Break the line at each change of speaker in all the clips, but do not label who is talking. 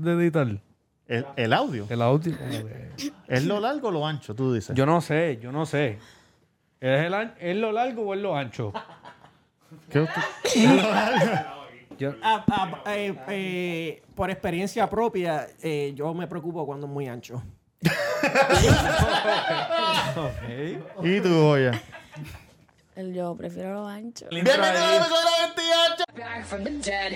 de editar?
El, el audio.
El audio. como que-
¿Es lo largo o lo ancho? Tú dices.
Yo no sé, yo no sé. ¿Es, el an- es lo largo o es lo ancho?
¿Qué usted-
Yo-
Ah, ah, eh, eh, por experiencia propia, eh, yo me preocupo cuando es muy ancho.
Ok.
¿Y tú, Goya?
El Yo prefiero lo ancho.
¡Bienvenido al episodio de la 28!
back from the dead.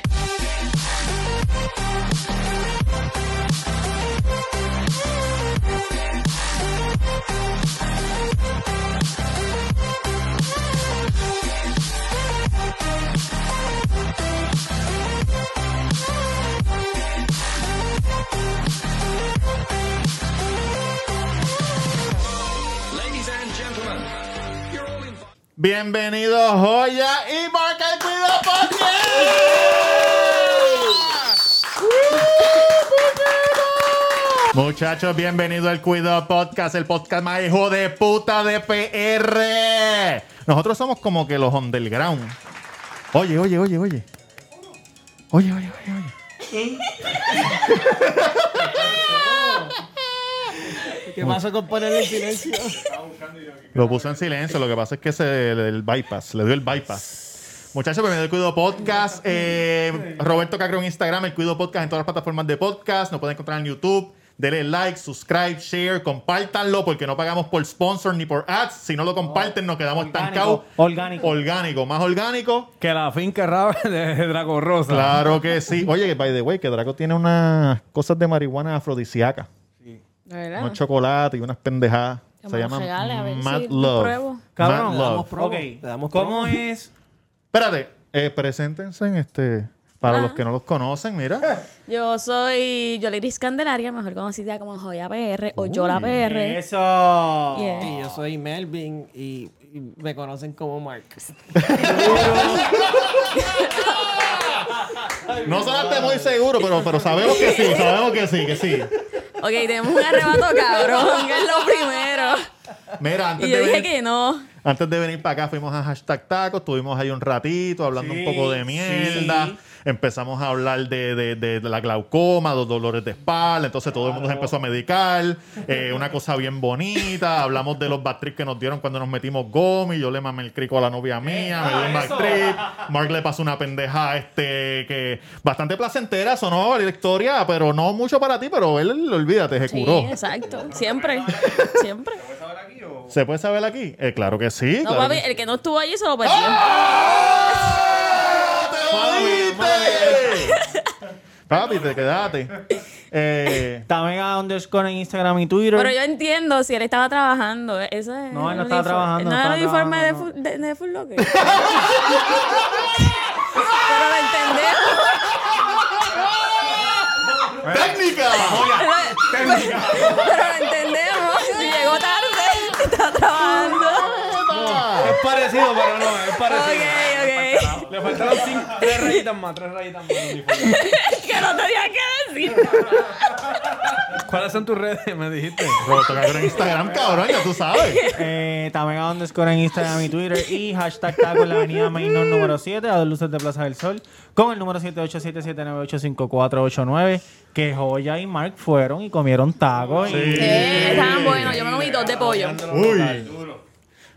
Bienvenido, Joya y Marca el Cuido Podcast. Muchachos, bienvenido al Cuido Podcast, el podcast más hijo de puta de PR. Nosotros somos como que los underground. Oye, oye, oye, oye. Oye, oye, oye, oye.
¿Qué pasa con poner el silencio?
Lo puso en silencio, lo que pasa es que se el, bypass, le dio el bypass. Muchachos, bienvenido al Cuido Podcast. Eh, Roberto Cacro en Instagram, el Cuido Podcast en todas las plataformas de podcast. Nos pueden encontrar en YouTube. Denle like, subscribe, share, compártanlo porque no pagamos por sponsor ni por ads. Si no lo comparten, nos quedamos estancados.
Orgánico.
Orgánico, más orgánico.
Que la finca raba de Draco Rosa.
Claro que sí. Oye, que by the way, que Draco tiene unas cosas de marihuana afrodisíaca.
¿De verdad?
Unos chocolates y unas pendejadas.
Que
Se
me los
llaman
regales, a ver si
Mad
los
Love.
pruebo.
Mad
Cabrón,
Love.
damos promo,
ok.
le damos
¿Cómo
promo.
es?
Espérate, eh, preséntense en este. Para
Ah.
los que no los conocen, mira.
Yo soy Yoliris Candelaria, mejor conocida como Joya PR o Yola PR.
Eso.
Yeah.
Y yo soy Melvin y, y me conocen como Mark.
No sonaste muy seguro, pero, pero sabemos que sí, sabemos que sí, que sí.
Ok, tenemos un arrebato cabrón, que es lo primero.
Mira, antes
Y
de,
yo dije
venir,
que no.
antes de venir para acá fuimos a hashtag tacos, estuvimos ahí un ratito hablando un
Sí,
poco de mierda.
sí.
Empezamos a hablar de, de- de- de la glaucoma, los dolores de espalda, entonces todo el mundo se empezó a medicar, eh, una cosa bien bonita, hablamos de los backtrips que nos dieron cuando nos metimos gomi, yo le mamé el crico a la novia mía, me dio un backtrip, Mark le pasó una pendeja este que bastante placentera, sonó la historia, pero no mucho para ti, pero él, olvídate, se
Sí,
curó.
exacto. Siempre. Siempre.
¿Se puede saber aquí? Eh, claro que sí.
No,
claro
papi,
que-
el que no estuvo allí se lo perdió.
¡Ah!
Papi, te quedaste. Eh,
También a underscore en Instagram y Twitter.
Pero yo entiendo si él estaba trabajando. Eso es
No, él
el
no estaba
uniforme.
trabajando,
No era el
estaba
uniforme de, Fu-
trabajando,
de, de Foot Locker. Pero lo entendemos.
¡Técnica!
Pero lo entendemos. Si llegó tarde, está trabajando.
Es parecido, pero no, es parecido.
Ok, ok.
Le faltaron cinco, tres rayitas más, tres rayitas más. al uniforme.
que no tenía que decir.
¿Cuáles son tus redes? Me dijiste.
Roberto Cagro en Instagram, cabrón, ya tú sabes.
Eh, también a underscore en Instagram y Twitter. Y hashtag taco en la avenida Mainón número 7, a dos luces de Plaza del Sol. Con el número 787-798-5489. Que Joya y Mark fueron y comieron tacos. y-
Sí, Eh, estaban buenos. Yo me comí dos de pollo.
Uy.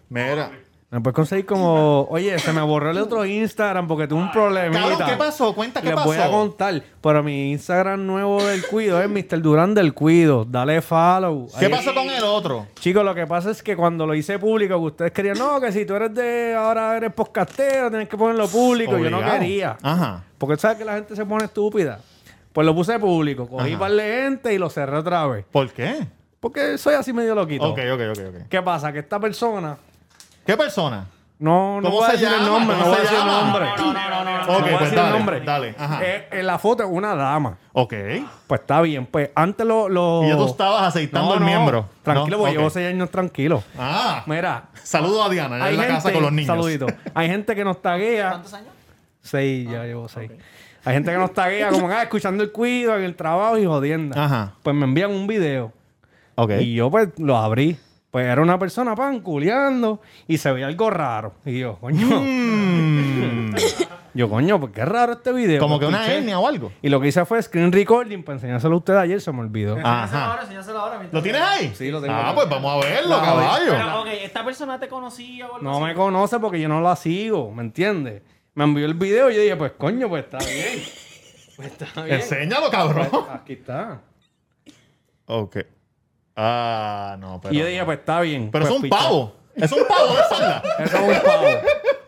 Mira.
Me puedes conseguir pues, como, oye, se me borró el otro Instagram porque tuve un problemita.
Cabrón, ¿qué pasó? Cuenta, ¿qué
Les voy a
pasó?
contar. Pero mi Instagram nuevo del Cuido es Mr. Durán del Cuido. Dale follow.
¿Qué
Ahí-
pasó con el otro?
Chicos, lo que pasa es que cuando lo hice público, que ustedes querían, no, que si tú eres de, ahora eres podcastero, tienes que ponerlo público. Yo no
Obligado. Ah.
quería.
Ajá.
Porque sabes que la gente se pone estúpida. Pues lo puse público, cogí
Ajá.
par de gente y lo cerré otra vez.
¿Por qué?
Porque soy así medio loquito.
Ok, ok, ok, ok.
¿Qué pasa? Que esta persona.
¿Qué persona?
No, no
¿Cómo
voy a
se
decir el
llama?
nombre, no voy
¿Cómo
a
se
decir el
llama?
nombre. No voy
Ok,
a
pues
decir el
dale.
nombre.
Dale, ajá.
Eh, en la foto es una dama.
Ok.
Pues está bien, pues antes lo. lo-
Y ya tú estabas aceitando
No,
el
no,
miembro.
Tranquilo,
¿No?
porque
Ok.
llevo seis años tranquilo.
Ah.
Mira,
Saludo a Diana, ya en la casa con los niños.
Saludito. Hay gente que nos taguea.
¿Cuántos años? Ah,
Seis, ya llevo seis. Hay gente que nos taguea como ah, escuchando el cuido en el trabajo y jodienda.
Ajá.
Pues me envían un video.
Ok.
Y yo pues lo abrí. Pues era una persona pan culeando y se veía algo raro. Y yo, coño. Yo, coño, pues qué raro este video.
Mm. Como que una
Escuché.
etnia o algo.
Y lo que hice fue screen recording para enseñárselo a ustedes ayer, se me olvidó.
Ah. Ajá. ¿Lo tienes ahí?
Sí, lo tengo
Ah,
aquí.
pues vamos a verlo, caballo.
Pero, ok, esta persona te conocía o algo
No
así?
me conoce porque yo no la sigo, ¿me entiendes? Me envió el video y yo dije, pues coño, pues está bien.
Enséñalo, cabrón.
Aquí está.
Ok. Ah, no, pero.
y yo dije, pues está bien.
Pero
Pues,
es un
picha.
pavo. Es un pavo de falda.
Eso es un pavo.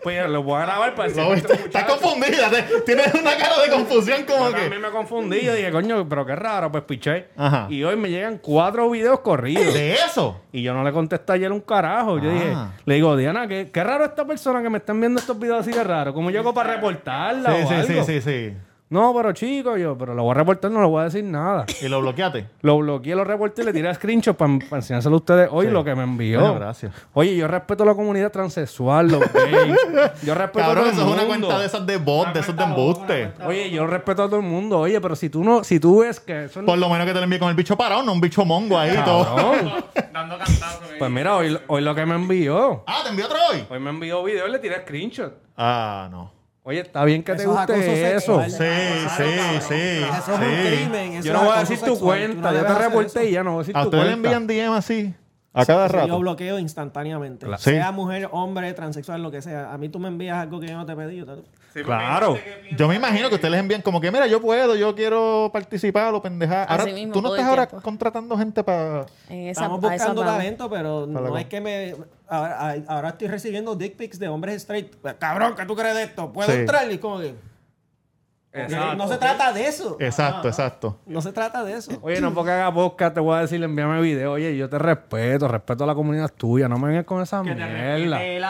pues lo voy a grabar para
No,
decirle a
está-
este
Estás
muchacho.
confundida. te- Tienes una cara de confusión como
Yo también
que.
me confundí. Yo dije, coño, pero qué raro, pues piché.
Ajá.
Y hoy me llegan cuatro videos corridos.
De eso.
Y yo no le contesté ayer un carajo. Yo
Ah.
dije, le digo, Diana, qué, qué raro esta persona que me están viendo estos videos así de raro. ¿Cómo yo hago para reportarla?
Sí,
o
sí, sí,
algo?
sí, sí.
No, pero chico, yo, pero lo voy a reportar, no le voy a decir nada.
Y lo bloqueaste.
Lo bloqueé, lo reporté y le tiré screenshot para enseñárselo a ustedes hoy lo que me envió.
Bueno, gracias.
Oye, yo respeto a la comunidad transexual, los gays. Yo respeto
Cabrón,
a todo
eso es
el
una
mundo.
cuenta de esas de bot, de esos de embuste.
Oye, yo respeto a todo el mundo. Oye, pero si tú no, si tú ves que eso
Por lo menos que te lo envíe con el bicho parado, no un bicho mongo ahí y todo.
Cabrón.
Dando cantazo.
Pues mira, hoy, hoy lo que me envió.
Ah, ¿te envió otro hoy?
Hoy me envió video y le tiré screenshot.
Ah, no.
Oye, está bien que te
Eso es acoso
guste eso.
sexual.
Sí, sí, sí.
Eso es un
sí.
crimen. eso
Yo
es
no voy a
acoso
decir tu
sexual, tú no
cuenta. Yo
debes
te
hacer
reporté
eso.
y ya no voy a decir
¿A
tu
ustedes
cuenta.
le envían DM así? A cada
Yo
rato.
bloqueo instantáneamente.
Claro.
Sea
Sí.
mujer, hombre, transexual, lo que sea. A mí tú me envías algo que yo no te pedí. yo te-
Claro.
Yo me imagino que ustedes les envían como que, mira, yo puedo, yo quiero participar o pendejar. Ahora,
Así mismo,
tú no
todo
estás
el
ahora
tiempo.
contratando gente para...
En Eh, esa-
Estamos
a esa
buscando
vamos.
talento, pero no
la
es que me... Ahora, a- ahora estoy recibiendo dick pics de hombres straight. Pues, Cabrón, ¿qué tú crees de esto? ¿Puedo
Sí.
entrar? Y como que...
Exacto.
No se trata de eso.
Exacto, exacto.
No se trata de eso.
Oye, no porque haga podcast te voy a decir, envíame video. Oye, yo te respeto, respeto a la comunidad tuya. No me vengas con esa mierda.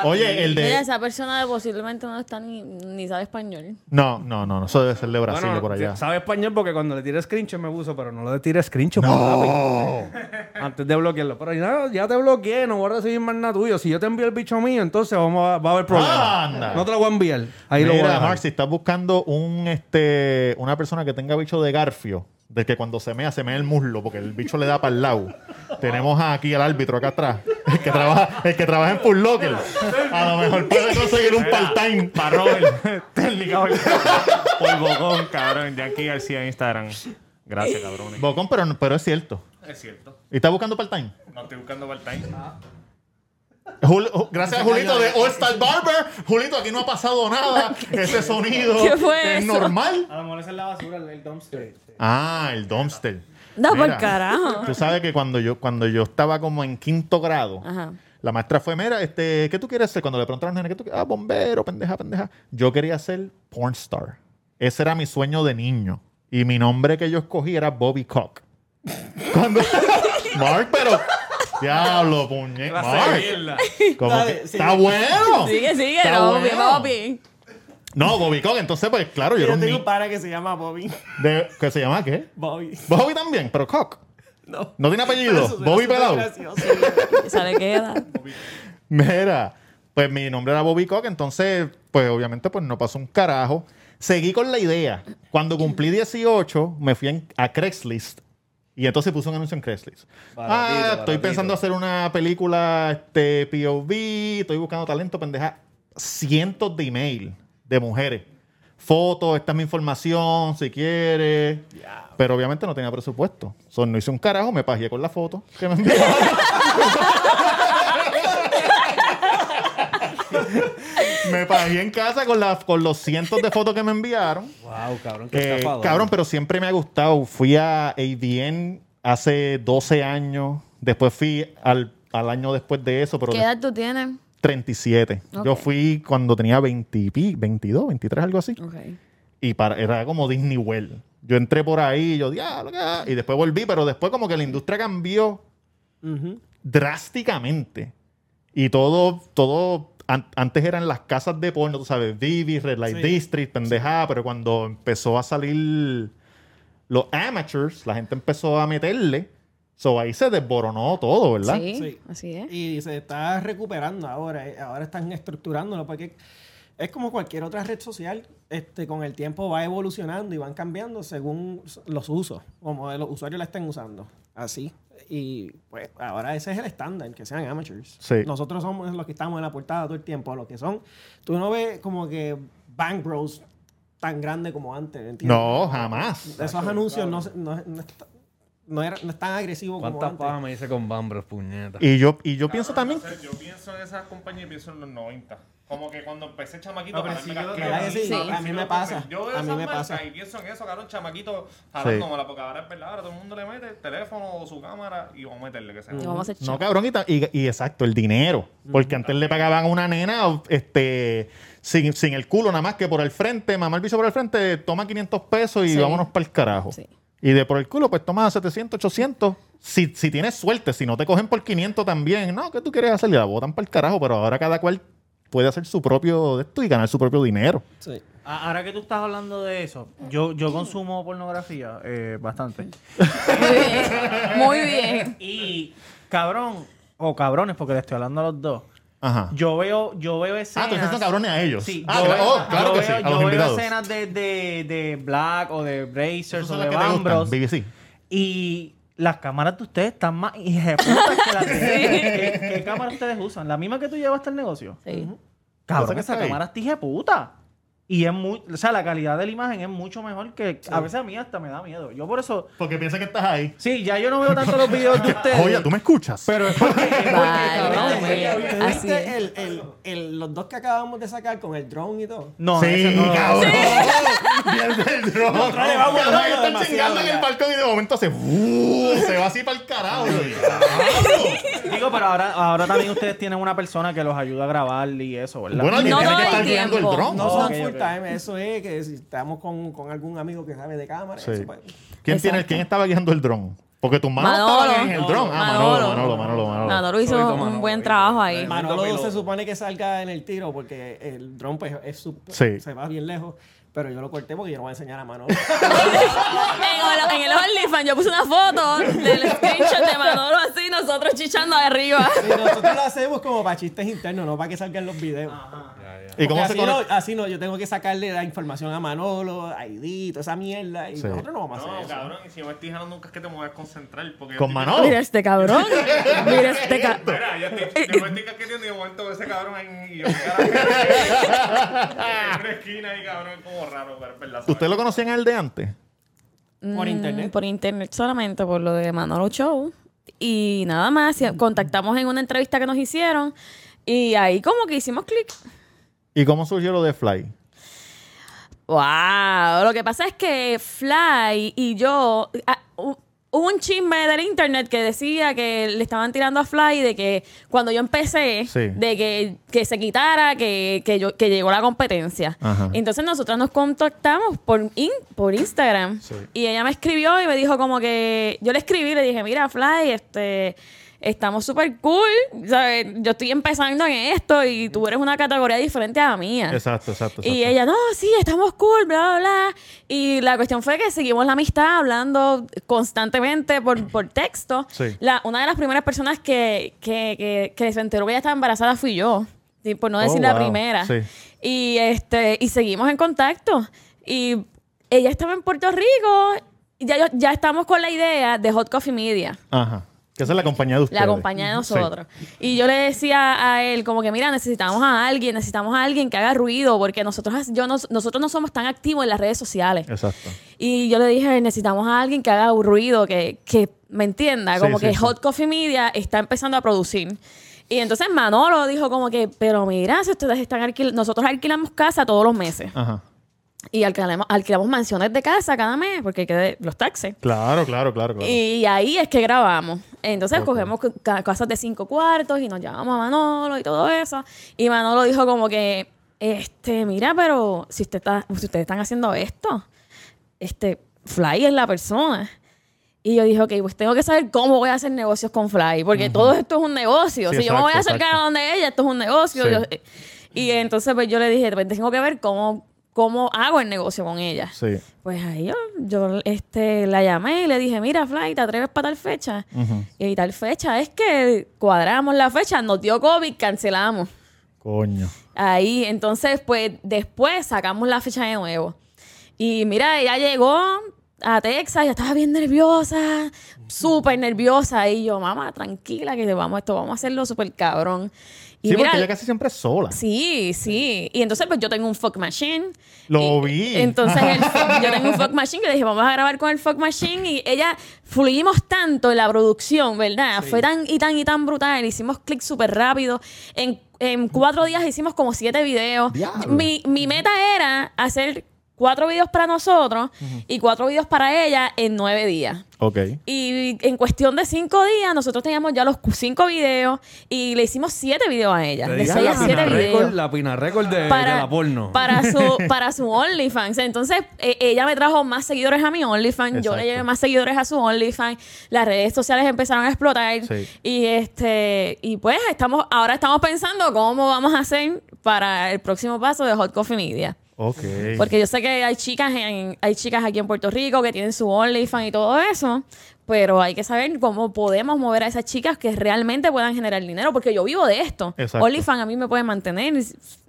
Oye, el
Mira,
de...
esa persona posiblemente no está ni, ni sabe español.
No, no, no, no, eso debe ser de Brasil o por allá.
sabe español porque cuando le tiré screenshot me puso, pero no le tiré screenshot
¡No!
papi, antes de bloquearlo. Pero ya, ya te bloqueé, no voy a recibir más nada tuyo. Si yo te envío el bicho mío, entonces vamos a, va a haber problema.
Anda.
No te lo voy a enviar. Ahí lo voy a
Mira,
dejar.
Mark, si estás buscando un, este, una persona que tenga bicho de garfio, de que cuando se mea, se mea el muslo, porque el bicho le da para el lado. Tenemos aquí al árbitro acá atrás, el que trabaja, el que trabaja en Full Locker. A lo mejor puede conseguir un part-time.
Para Robert. Técnica por- por bocón, cabrón. Yankee García en Instagram. Gracias, cabrones.
Bocón, pero, no- pero es cierto.
Es cierto.
¿Y estás buscando part-time?
No estoy buscando part-time.
Jul- Ju- gracias a Julito de All Star Barber. Julito, aquí no ha pasado nada. Ese sonido
¿Qué fue
es
eso?
normal.
A lo mejor esa es la basura, el dumpster.
Ah, el dumpster.
Da por
Mira,
carajo.
Tú sabes que cuando yo, cuando yo estaba como en quinto grado,
Ajá.
la maestra fue, mira, este, ¿qué tú quieres ser? Cuando le preguntaron a los nenes, ¿qué tú quieres? Ah, bombero, pendeja, pendeja. Yo quería ser pornstar. Ese era mi sueño de niño. Y mi nombre que yo escogí era Bobby Cock. Cuando... Mark, pero... Diablo, puñet. Mark. Como
Dale,
que-
sí.
Está bueno.
Sigue, sigue,
Está
no,
bueno.
papi.
No, Bobby Cock. Entonces, pues, claro, yo
Yo
era un
tengo
niño.
un pana que se llama Bobby.
de- ¿Qué se llama? ¿Qué?
Bobby.
Bobby también, pero Cock.
No.
No tiene apellido.
Eso suena
Bobby
súper
Pelado.
gracioso.
Se le queda.
Mira, pues mi nombre era Bobby Cock, entonces, pues obviamente, pues no pasó un carajo. Seguí con la idea. Cuando cumplí 18, me fui en- a Craigslist y entonces puse un anuncio en Craigslist. ah, estoy pensando hacer una película este, POV, estoy buscando talento, pendeja. Cientos de email de mujeres. Fotos, esta es mi información, si quieres. Pero obviamente no tenía presupuesto. So, no hice un carajo, me pajeé con la foto que me enviaron. me pagué en casa con, la- con los cientos de fotos que me enviaron.
Wow, cabrón, qué
Eh,
estafador.
cabrón, pero siempre me ha gustado. Fui a ADN hace 12 años. Después fui al, al año después de eso, pero
¿Qué
de-
edad tú tienes?
37. Yo
Ok.
fui cuando tenía 20 y pi- 22, 23, algo así.
Ok.
Y para, era como Disney World. Yo entré por ahí y yo, diablo, ¿qué? y después volví, pero después como que la industria cambió drásticamente. Y todo, todo, an- antes eran las casas de porno, tú sabes, Vivi, Red Light District, pendejada, pero cuando empezó a salir los amateurs, la gente empezó a meterle. So ahí se desboronó todo, ¿verdad?
Sí,
Sí.
así
¿Eh?
es.
Y se está recuperando ahora. eh, Ahora están estructurándolo porque es como cualquier otra red social. Este, con el tiempo va evolucionando y van cambiando según s- los usos, como los usuarios la estén usando. Así. Y pues ahora ese es el estándar, que sean amateurs.
Sí.
Nosotros somos los que estamos en la portada todo el tiempo, los que son. Tú no ves como que Bang Bros tan grande como antes, ¿entiendes?
No, jamás.
Esos anuncios no, se- no, no, está- no era- no es tan agresivo como
¿Cuántas
antes.
pajas me hice con Bambros, puñeta?
Y yo, y yo pienso también.
O sea, yo pienso en esas compañías y pienso en los 90. Como que cuando empecé chamaquito,
No, pero
para
sí,
mí las
yo-
claras,
¿verdad que sí?
sí,
A mí
sí,
me
yo
pasa,
también. Yo veo
a mí
esas
me
marcas
pasa.
Y pienso en eso, cabrón, chamaquito
Sí.
jalándola, porque ahora es verdad, ahora todo el mundo le mete el teléfono o su cámara y vamos a meterle que sea.
Y vamos a hacer
No,
show.
cabrón, y, ta- y- y exacto, el dinero. Porque antes le pagaban a una nena este, sin, sin el culo, nada más que por el frente, mamá el bicho por el frente, toma 500 pesos y
Sí.
vámonos para el carajo.
Sí.
Y de por el culo, pues toma 700, 800. Si, si tienes suerte, si no te cogen por 500 también, no, ¿qué tú quieres hacer? Y la botan para el carajo, pero ahora cada cual puede hacer su propio de esto y ganar su propio dinero.
Sí.
A- Ahora que tú estás hablando de eso, yo, yo consumo pornografía eh, bastante.
Muy bien. Muy bien.
Y cabrón, o cabrones, porque le estoy hablando a los dos.
Ajá.
Yo veo, yo veo escenas.
ah, tú estás cabrones a ellos.
Sí,
ah,
yo
cla-
veo,
oh, claro
yo
que sí,
veo-
a
yo
los
veo
invitados.
escenas de, de, de Black o de Brazers
Esas
o
son
de
las que te gustan,
Bambros.
BBC.
Y las cámaras de ustedes están más hijeputas que las de ¿Qué, qué cámara ustedes usan? ¿La misma que tú llevas hasta el negocio?
Sí.
Cabrón,
Esa que
esa
está ahí.
cámara está hijeputa. Y es muy, o sea, la calidad de la imagen es mucho mejor que a veces a mí hasta me da miedo. Yo por eso,
Porque piensa que estás ahí.
sí, ya yo no veo tanto los videos de ustedes.
Oye, ¿tú me escuchas?
Pero es porque, es porque,
Vale,
cabrón,
muy bien.
¿Te
Así
viste
es.
el- el- el- los dos que acabamos de sacar con el drone y todo?
No,
sí,
ese no lo-
cabrón. Pierde el dron.
Nosotros le vamos
Cabrón,
dando
están
demasiado
chingando en
ya.
el balcón y de momento se, ¡Uh! se va así para el carajo. Diablo.
Digo, pero ahora, ahora también ustedes tienen una persona que los ayuda a grabar y eso, ¿verdad?
bueno, alguien
No
tiene que
todo el
estar guiando el
tiempo.
dron.
No
Oh,
son
ok,
full
ok.
time, eso es que si estamos con, con algún amigo que sabe de cámara,
Sí.
eso, pues,
¿Quién, tiene,
Exacto.
¿Quién estaba guiando el dron? Porque tus manos
Manolo.
estaban en el dron. Ah, Manolo, Manolo, Manolo, Manolo.
Nadoro hizo
Solito,
un
Manolo,
buen
¿viste?
trabajo ahí.
Ma-
Manolo
piloto.
se supone que salga en el tiro porque el dron pues, es su-
Sí.
se va bien lejos, pero yo lo corté porque yo no voy a enseñar a Manolo.
En, el- en el OnlyFans yo puse una foto del screenshot de Manolo así, nosotros chichando arriba.
Y nosotros lo hacemos como para chistes internos, no para que salgan los videos.
¿Y cómo
Porque
se
así, no,
conecta?
así no, yo tengo que sacarle la información a Manolo, a ID, toda esa mierda, y
Sí.
nosotros no vamos a hacer
No,
eso.
cabrón, y si yo me estoy jalando un casquete me voy a desconcentrar. Porque
Con
yo estoy-
Manolo.
Mira este cabrón. Mira este cabrón.
Mira, yo, estoy, yo me estoy casqueteando y de momento veo ese cabrón ahí y yo carajo. en una esquina ahí, cabrón, como raro, pero es verdad. ¿sabes?
¿Ustedes lo conocían a él de antes?
Por internet.
Mm, Por internet solamente, por lo de Manolo Show. Y nada más, y contactamos en una entrevista que nos hicieron y ahí como que hicimos clic.
¿Y cómo surgió lo de Fly?
Wow, lo que pasa es que Fly y yo ah, hu- hubo un chisme del internet que decía que le estaban tirando a Fly de que cuando yo empecé,
Sí.
de que, que se quitara, que, que yo, que llegó la competencia.
Ajá.
Entonces nosotros nos contactamos por, in- por Instagram y ella me escribió y me dijo como que yo le escribí y le dije, mira Fly, este... Estamos súper cool, ¿sabes? Yo estoy empezando en esto y tú eres una categoría diferente a la mía.
Exacto, exacto.
Ah. Y ella, no, sí, estamos cool, bla, bla, bla. Y la cuestión fue que seguimos la amistad hablando constantemente por, por texto.
Sí.
La, una de las primeras personas que, que, que, que se enteró que ella estaba embarazada fui yo. Sí, por no
Oh,
decir la
wow.
primera.
Sí.
Y, este, y seguimos en contacto. Y ella estaba en Puerto Rico. y Ya, yo- ya estamos con la idea de Hot Coffee Media.
Ajá. Que esa es la compañía de ustedes.
La compañía de
Sí.
nosotros. Y yo le decía a él, como que, mira, necesitamos a alguien, necesitamos a alguien que haga ruido, porque nosotros, yo no, nosotros no somos tan activos en las redes sociales.
Exacto.
Y yo le dije, necesitamos a alguien que haga un ruido, que, que me entienda,
Sí,
como
sí,
que
sí.
Hot Coffee Media está empezando a producir. Y entonces Manolo dijo como que, pero mira, si ustedes están alquil- nosotros alquilamos casa todos los meses
Ajá.
y alquilamos, alquilamos mansiones de casa cada mes porque hay que de- los taxes.
Claro, claro, claro. claro.
Y ahí es que grabamos. Entonces
Ok.
cogemos cu- ca- casas de cinco cuartos y nos llevamos a Manolo y todo eso. Y Manolo dijo como que, este, mira, pero si, usted está, si ustedes están haciendo esto, este, Fly es la persona. Y yo dije, ok, pues tengo que saber cómo voy a hacer negocios con Fly, porque todo esto es un negocio.
Sí,
si yo me voy a
exacto,
acercar
exacto.
a donde ella, esto es un negocio.
Sí.
Yo- eh, y entonces pues yo le dije, pues, tengo que ver cómo, cómo hago el negocio con ella.
Sí.
Pues ahí yo, yo este, la llamé y le dije, mira, Fly, ¿te atreves para tal fecha? Y tal fecha es que cuadramos la fecha, nos dio COVID, cancelamos.
Coño.
Ahí, entonces, pues después sacamos la fecha de nuevo. Y mira, ella llegó, a Texas, ya estaba bien nerviosa, súper nerviosa. Y yo, mamá, tranquila, que vamos, esto vamos a hacerlo súper cabrón. Y
Sí,
mira,
porque ella casi siempre es sola.
Sí, sí. Y entonces, pues yo tengo un fuck machine.
Lo
Y-
vi.
Entonces, el fuck- yo tengo un fuck machine que le dije, vamos a grabar con el fuck machine. Y ella, fluimos tanto en la producción, ¿verdad? Fue tan y tan y tan brutal. Hicimos clic súper rápido. En, en cuatro días hicimos como siete videos.
Diablo.
Mi, mi meta era hacer cuatro videos para nosotros y cuatro videos para ella en nueve días.
Ok.
Y en cuestión de cinco días, nosotros teníamos ya los cu- cinco videos y le hicimos siete videos a ella.
Le
De
dicen
seis
la
a siete
pina récord,
videos.
la pina récord de, de la porno.
Para su, para su OnlyFans. Entonces, eh, ella me trajo más seguidores a mi OnlyFans. Yo
Exacto.
le llevé más seguidores a su OnlyFans. Las redes sociales empezaron a explotar.
Sí.
Y este, y pues estamos, ahora estamos pensando cómo vamos a hacer para el próximo paso de Hot Coffee Media.
Ok.
Porque yo sé que hay chicas en, hay chicas aquí en Puerto Rico que tienen su OnlyFans y todo eso, pero hay que saber cómo podemos mover a esas chicas que realmente puedan generar dinero, porque yo vivo de esto.
Exacto.
OnlyFans a mí me puede mantener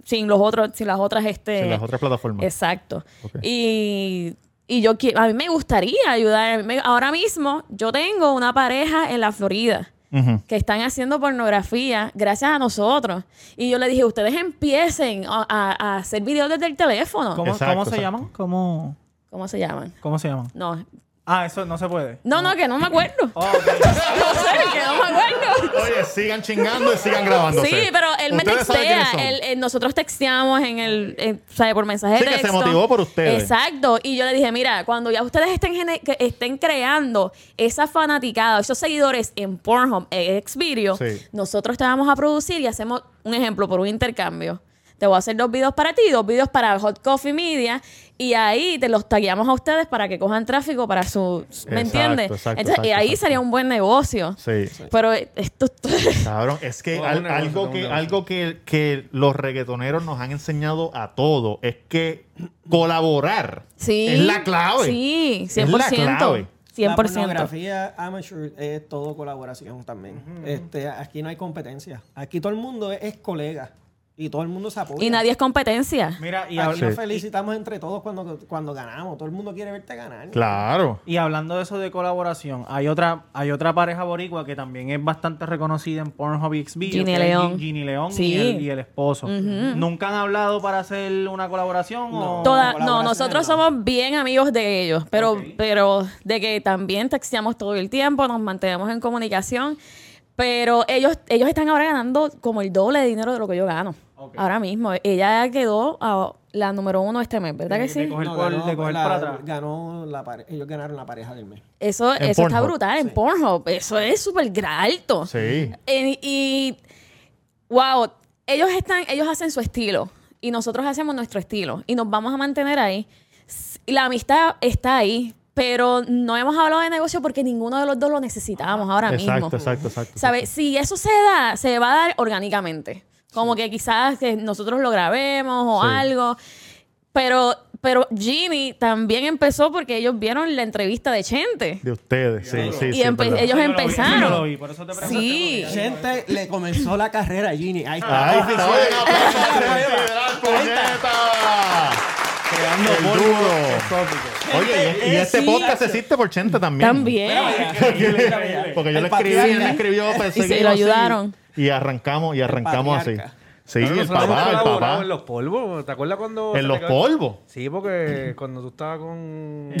sin los otros, sin las otras este
en las otras plataformas.
Exacto.
Ok.
Y, y yo qui- a mí me gustaría ayudar. A mí me- ahora mismo yo tengo una pareja en la Florida
Ujú.
que están haciendo pornografía gracias a nosotros. Y yo le dije, ustedes empiecen a, a- a hacer videos desde el teléfono.
¿Cómo,
Exacto,
cómo se
exacto.
llaman? ¿Cómo,
¿Cómo se llaman?
¿Cómo se llaman?
No.
Ah, eso no se puede.
No, no, que no me acuerdo.
Oh, ok.
No sé, que no me acuerdo.
Oye, sigan chingando y sigan grabando.
Sí, pero él me textea. él-
El...
él- nosotros texteamos en el, en- o sea, por mensaje
Sí,
de
que se
texto.
motivó por ustedes.
Exacto. Y yo le dije, mira, cuando ya ustedes estén, gene- que estén creando esa fanaticada, esos seguidores en Pornhub, en Xvideo,
Sí.
nosotros te vamos a producir y hacemos un ejemplo por un intercambio. Te voy a hacer dos videos para ti, dos videos para Hot Coffee Media y ahí te los tagueamos a ustedes para que cojan tráfico para su...
Exacto,
¿Me entiendes?
exacto,
Entonces, y
exacto,
ahí
exacto.
sería un buen negocio.
Sí.
Pero esto...
Cabrón, es que
Todo
al-
un negocio, todo
algo,
un
que,
negocio.
algo que, que los reggaetoneros nos han enseñado a todos es que colaborar
Sí.
es la clave.
Sí, 100%.
Es la clave.
La
100%.
pornografía amateur es todo colaboración también. este, aquí no hay competencia. Aquí todo el mundo es, es colega y todo el mundo se apoya.
Y nadie es competencia.
Mira, y,
Y aquí
habla-
nos felicitamos entre todos cuando, cuando ganamos. Todo el mundo quiere verte ganar.
Claro.
y hablando de eso de colaboración, hay otra, hay otra pareja boricua que también es bastante reconocida en Pornhub y Xvideos,
Ginny
que es
León.
Gin- Ginny León
Sí.
y, el, y el esposo. ¿Nunca han hablado para hacer una colaboración?
No.
o-
Toda- no,
colaboración,
nosotros
no.
somos bien amigos de ellos, pero,
Ok.
pero de que también texteamos todo el tiempo, nos mantenemos en comunicación, pero ellos, ellos están ahora ganando como el doble de dinero de lo que yo gano.
Ok.
Ahora mismo, ella quedó a la número uno este mes, ¿verdad que
de
sí?
coger
No,
por- de coger
la-
para atrás.
ganó la pare- ellos ganaron la pareja del mes.
Eso,
En
eso está
Pornhub.
brutal en Pornhub, eso es súper alto.
Sí.
En- y wow, ellos están, ellos hacen su estilo y nosotros hacemos nuestro estilo y nos vamos a mantener ahí. S- La amistad está ahí, pero no hemos hablado de negocio porque ninguno de los dos lo necesitábamos ahora mismo.
Exacto, exacto, exacto.
¿Sabes? Si eso se da, se va a dar orgánicamente. Como que quizás que nosotros lo grabemos o
Sí.
algo. Pero, pero Jimmy también empezó porque ellos vieron la entrevista de Chente.
De ustedes. Sí, sí,
Y
sí. es
empe-
verdad.
ellos
Yo lo vi,
empezaron.
yo lo vi, por eso te pregunté.
Sí.
Gente le comenzó la carrera a Ginny. Ahí está.
Ahí está. Oye, un aplauso para el federal, puñeta.
Creando
El
boricua
duro.
exótico.
Oye, y, y este podcast existe por 80 también.
Eh, También.
Porque yo
El
le escribí, él me
patriarca.
escribió para
se lo
seguirlo así.
ayudaron.
Y arrancamos, y arrancamos así.
patriarca.
Sí,
Pero
el
nosotros hemos
papá, el
colaborado
papá.
En los polvos, ¿te acuerdas cuando... se
¿En
te
los
quedó-
polvos?
Sí, porque cuando tú estabas con...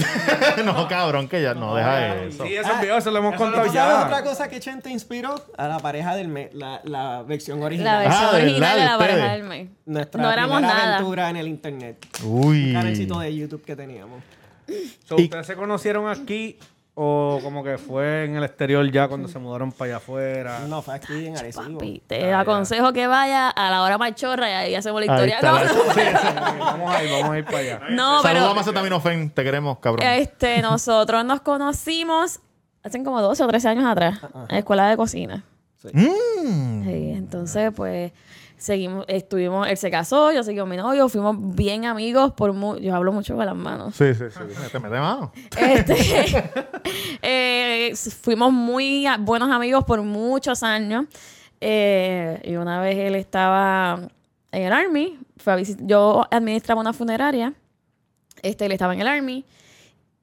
no, cabrón, que ya no, deja eso.
Sí, esos videos se lo hemos
eso
contado
¿Tú sabes otra
ya.
cosa que Chente inspiró? A la pareja del mes, la, la versión
La
original.
versión
Ah, de verdad,
original de
de
la pareja
ustedes.
del mes.
Nuestra
no éramos
primera
nada.
aventura en el internet. Un
Uy.
canalcito de YouTube que teníamos.
So, ¿Ustedes se conocieron aquí o como que fue en el exterior ya cuando se mudaron para allá afuera?
No, fue aquí en Arecibo.
Ah, Papi, te aconsejo que vaya a la hora machorra y ahí hacemos la
Ahí
historia.
está.
No, no,
Sí, sí, vamos a ir, vamos a ir para allá.
no,
Saludos a
pero
Macetaminofen, te queremos, cabrón.
este, nosotros nos conocimos hace como 12 o 13 años atrás
Ah,
en la escuela de cocina.
Mm.
Sí, entonces, pues, seguimos, estuvimos, él se casó, yo seguí con mi novio, fuimos bien amigos por mu- yo hablo mucho con las manos.
Sí, sí, sí. Te mete mano.
Este, eh, fuimos muy a- buenos amigos por muchos años. Eh, y una vez él estaba en el Army, fue a visit- yo administraba una funeraria, este, él estaba en el Army.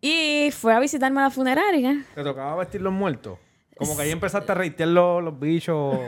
Y fue a visitarme a la funeraria.
Te tocaba vestir los muertos. Como que ahí empezaste a reitear los, los bichos.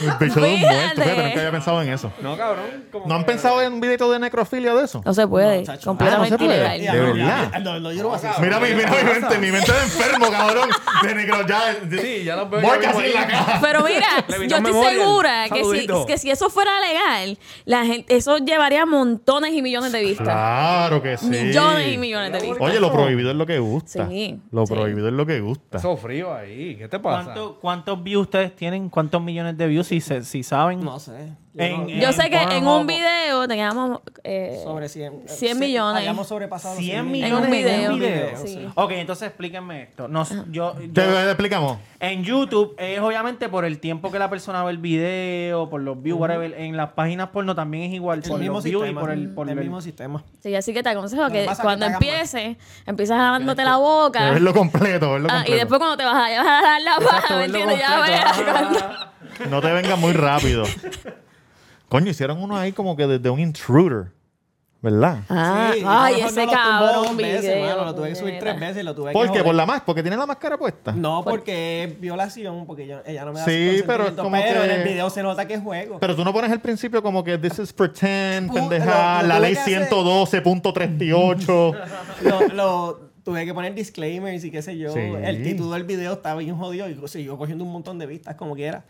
El bicho de un muerto.
Fíjate.
Fíjate, nunca había pensado en eso.
No, cabrón. Como
¿No han
que-
pensado en un video de necrofilia de eso?
No se puede.
No, chacho.
completamente
Ah, no se puede.
ilegal.
Ya. De verdad.
Ah, No, no, yo no voy a hacer eso.
Mira mi, mira mi mente, mi mente de enfermo, cabrón. De necro, ya. de-
Sí, ya los veo
Voy
yo mismo
casi en la
ahí.
caja.
Pero mira,
Leviatán
yo estoy
Memorial.
segura que si,
Saludito.
que si eso fuera legal, la gente, eso llevaría montones y millones de vistas.
Claro que Ah, sí.
Millones y millones de vistas.
Oye, lo prohibido es lo que gusta.
Sí,
Lo
sí.
prohibido es lo que gusta.
Eso frío ahí. ¿Qué te pasa?
¿Cuánto- ¿Cuántos views ustedes tienen? ¿Cuántos millones de views? Si, se- si saben.
No sé. Yo
En-
no-
en
Yo sé que en un
Pornhub,
video teníamos... eh,
sobre 100.
100
Sí,
millones.
Habíamos sobrepasado los
100
En un
millones
video.
en un video.
Sí. Ah.
Ok, entonces explíquenme esto. Nos- yo,
Te
yo-
te explicamos.
en YouTube es obviamente por el tiempo que la persona ve el video, por los views, whatever. En las páginas porno también es igual.
El
por
mismo
los views
sistema.
y por el. Por
el
el-
mismo sistema.
sí, así que te aconsejo que
pasa es que
cuando
te hagan más.
empieces, empiezas lavándote la boca.
De verlo completo, verlo
ah, y
completo.
después cuando te vas a, ya vas a dar la
Exacto,
paja, ¿me
verlo
entiendes? Ya
completo.
Ah,
verás cuando-
No te venga muy rápido. Coño, hicieron uno ahí como que desde un intruder. ¿Verdad?
Ah,
Sí,
ay,
yo
ese
lo tumbó
cabrón,
dos veces,
Miguel,
mano, Lo tuve que subir
puñeta.
tres veces. Lo tuve que
¿Por qué?
joder.
¿Por la más? ¿Porque tiene la máscara puesta?
No, porque es violación, porque yo- ella no me da
Sí,
su consentimiento,
pero es como
pero
que-
en el video se nota que es juego.
Pero tú no pones al principio como que this is pretend,
Uh,
pendeja,
lo- lo
la
tuve
ley
que hacer.
112.38.
lo, lo- tuve que poner disclaimers y qué sé yo.
Sí.
El título del video estaba bien jodido y siguió cogiendo un montón de vistas como quiera.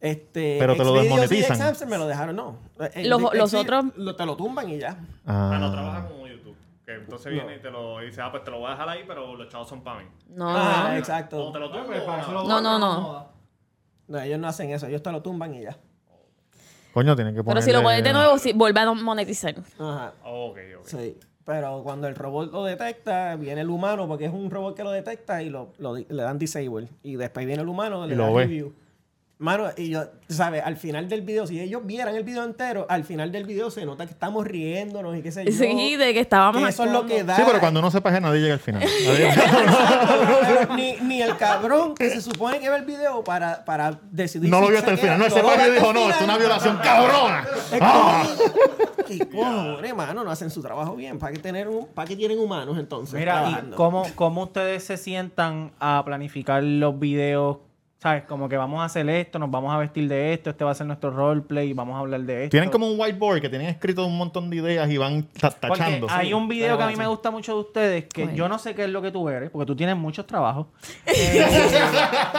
Este,
Pero te lo
Xvideos y
desmonetizan.
Xhamster me lo dejaron, no. El-
Los-
el-
los
Xvideos
otros-
lo- te lo tumban y ya.
Ah, no
ah,
trabaja como YouTube. Que entonces viene y te lo dice, ah, pues te lo voy a dejar ahí, pero los chavos son para mí.
No,
Ah,
no,
exacto.
O te lo tumbo o nada.
no, no, no.
No, ellos no hacen eso, ellos te lo tumban y ya.
coño, tienen que poner.
Pero si lo pones de nuevo, sí, vuelve a monetizar.
Ajá.
Oh, Ok, ok.
Sí. Pero cuando el robot lo detecta, viene el humano, porque es un robot que lo detecta y lo, lo di- le dan disable. Y después viene el humano, le
Y lo
da
ve.
review. Mano, y yo, tú ¿sabes? Al final del video, si ellos vieran el video entero, al final del video se nota que estamos riéndonos y qué sé yo.
Sí, de que
Que
estábamos
eso es lo que da.
Sí, pero cuando no se paje, nadie llega al final. Nadie-
Pero ni, ni el cabrón que se supone que ve el video para, para decidir.
no
si
lo vio
se
hasta el
queda,
final. No, ese
lo ve
paje
hasta
dijo,
el
no, es
final".
una violación cabrona.
Es
Ah.
como- ¿Qué cojones, mano? No hacen su trabajo bien. ¿Para qué, tener un, ¿Para qué tienen humanos entonces?
Mira, ¿y
trabajando?
cómo, cómo ustedes se sientan a planificar los videos? ¿Sabes? Como que vamos a hacer esto, nos vamos a vestir de esto, este va a ser nuestro roleplay, vamos a hablar de esto.
Tienen como un whiteboard que tienen escrito un montón de ideas y van ta-
Porque
tachando.
hay un video que a mí me gusta mucho de ustedes que
Bueno.
yo no sé qué es lo que tú eres, porque tú tienes muchos trabajos. Eh,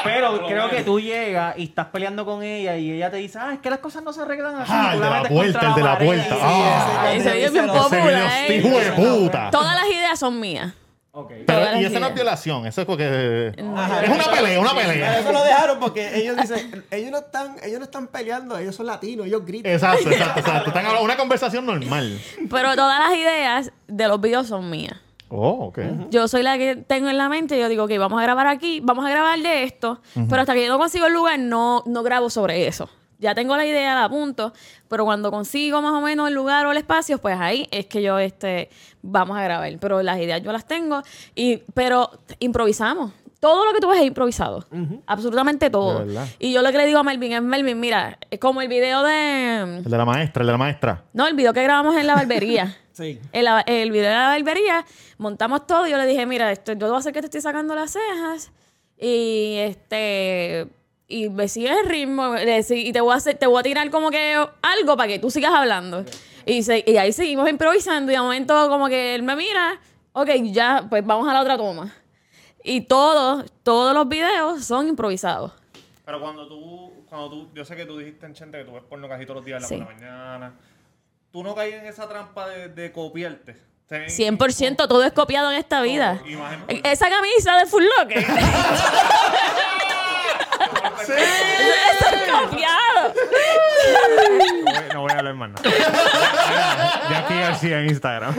pero creo que tú llegas y estás peleando con ella y ella te dice, ah, es que las cosas no se arreglan así.
Ah,
tú
el de la
metes
vuelta,
contra
el de la
pared.
vuelta.
Sí,
Ah.
ese-
Ese video es bien
Ese
Ese video,
popular. eh.
hijo
¿eh?
de puta.
Todas las ideas son mías.
Ok.
Pero,
Todas las
y esa no es
ideas.
violación, eso es porque.
Ajá.
Es una pelea, una
Pero
pelea.
eso lo dejaron porque ellos dicen, ellos no están, ellos no están peleando, ellos son latinos, ellos gritan.
Exacto, exacto, exacto. Están hablando una conversación normal.
Pero todas las ideas de los videos son mías.
Oh, ok.
Yo soy la que tengo en la mente y yo digo, ok, vamos a grabar aquí, vamos a grabar de esto, pero hasta que yo no consigo el lugar, no, no grabo sobre eso. Ya tengo la idea, la apunto, pero cuando consigo más o menos el lugar o el espacio, pues ahí es que yo, este, vamos a grabar. Pero las ideas yo las tengo, y, pero improvisamos. Todo lo que tú ves es improvisado. Absolutamente todo.
De verdad.
Y yo lo que le digo a Melvin es, Melvin, mira, es como el video de...
El de la maestra, el de la maestra.
No, el video que grabamos en la barbería.
Sí.
El, el video de la barbería, montamos todo y yo le dije, mira, esto, yo voy a hacer que te estoy sacando las cejas y este y me sigues el ritmo le decí- y te voy a hacer, te voy a tirar como que algo para que tú sigas hablando. Y, se- y ahí seguimos improvisando y de momento como que él me mira, ok, ya, pues vamos a la otra toma. Y todos, todos los videos son improvisados.
Pero cuando tú, cuando tú, yo sé que tú dijiste en Chente que tú ves porno casi todos los días
Sí.
en la, por la mañana. Tú no caes en esa trampa de, de copiarte. O sea, en-
100% todo es copiado en esta vida. E-,
Imagen-
Esa camisa de Full Locker. Eso es copiado.
No voy- No voy a hablar más nada. Jackie García en Instagram.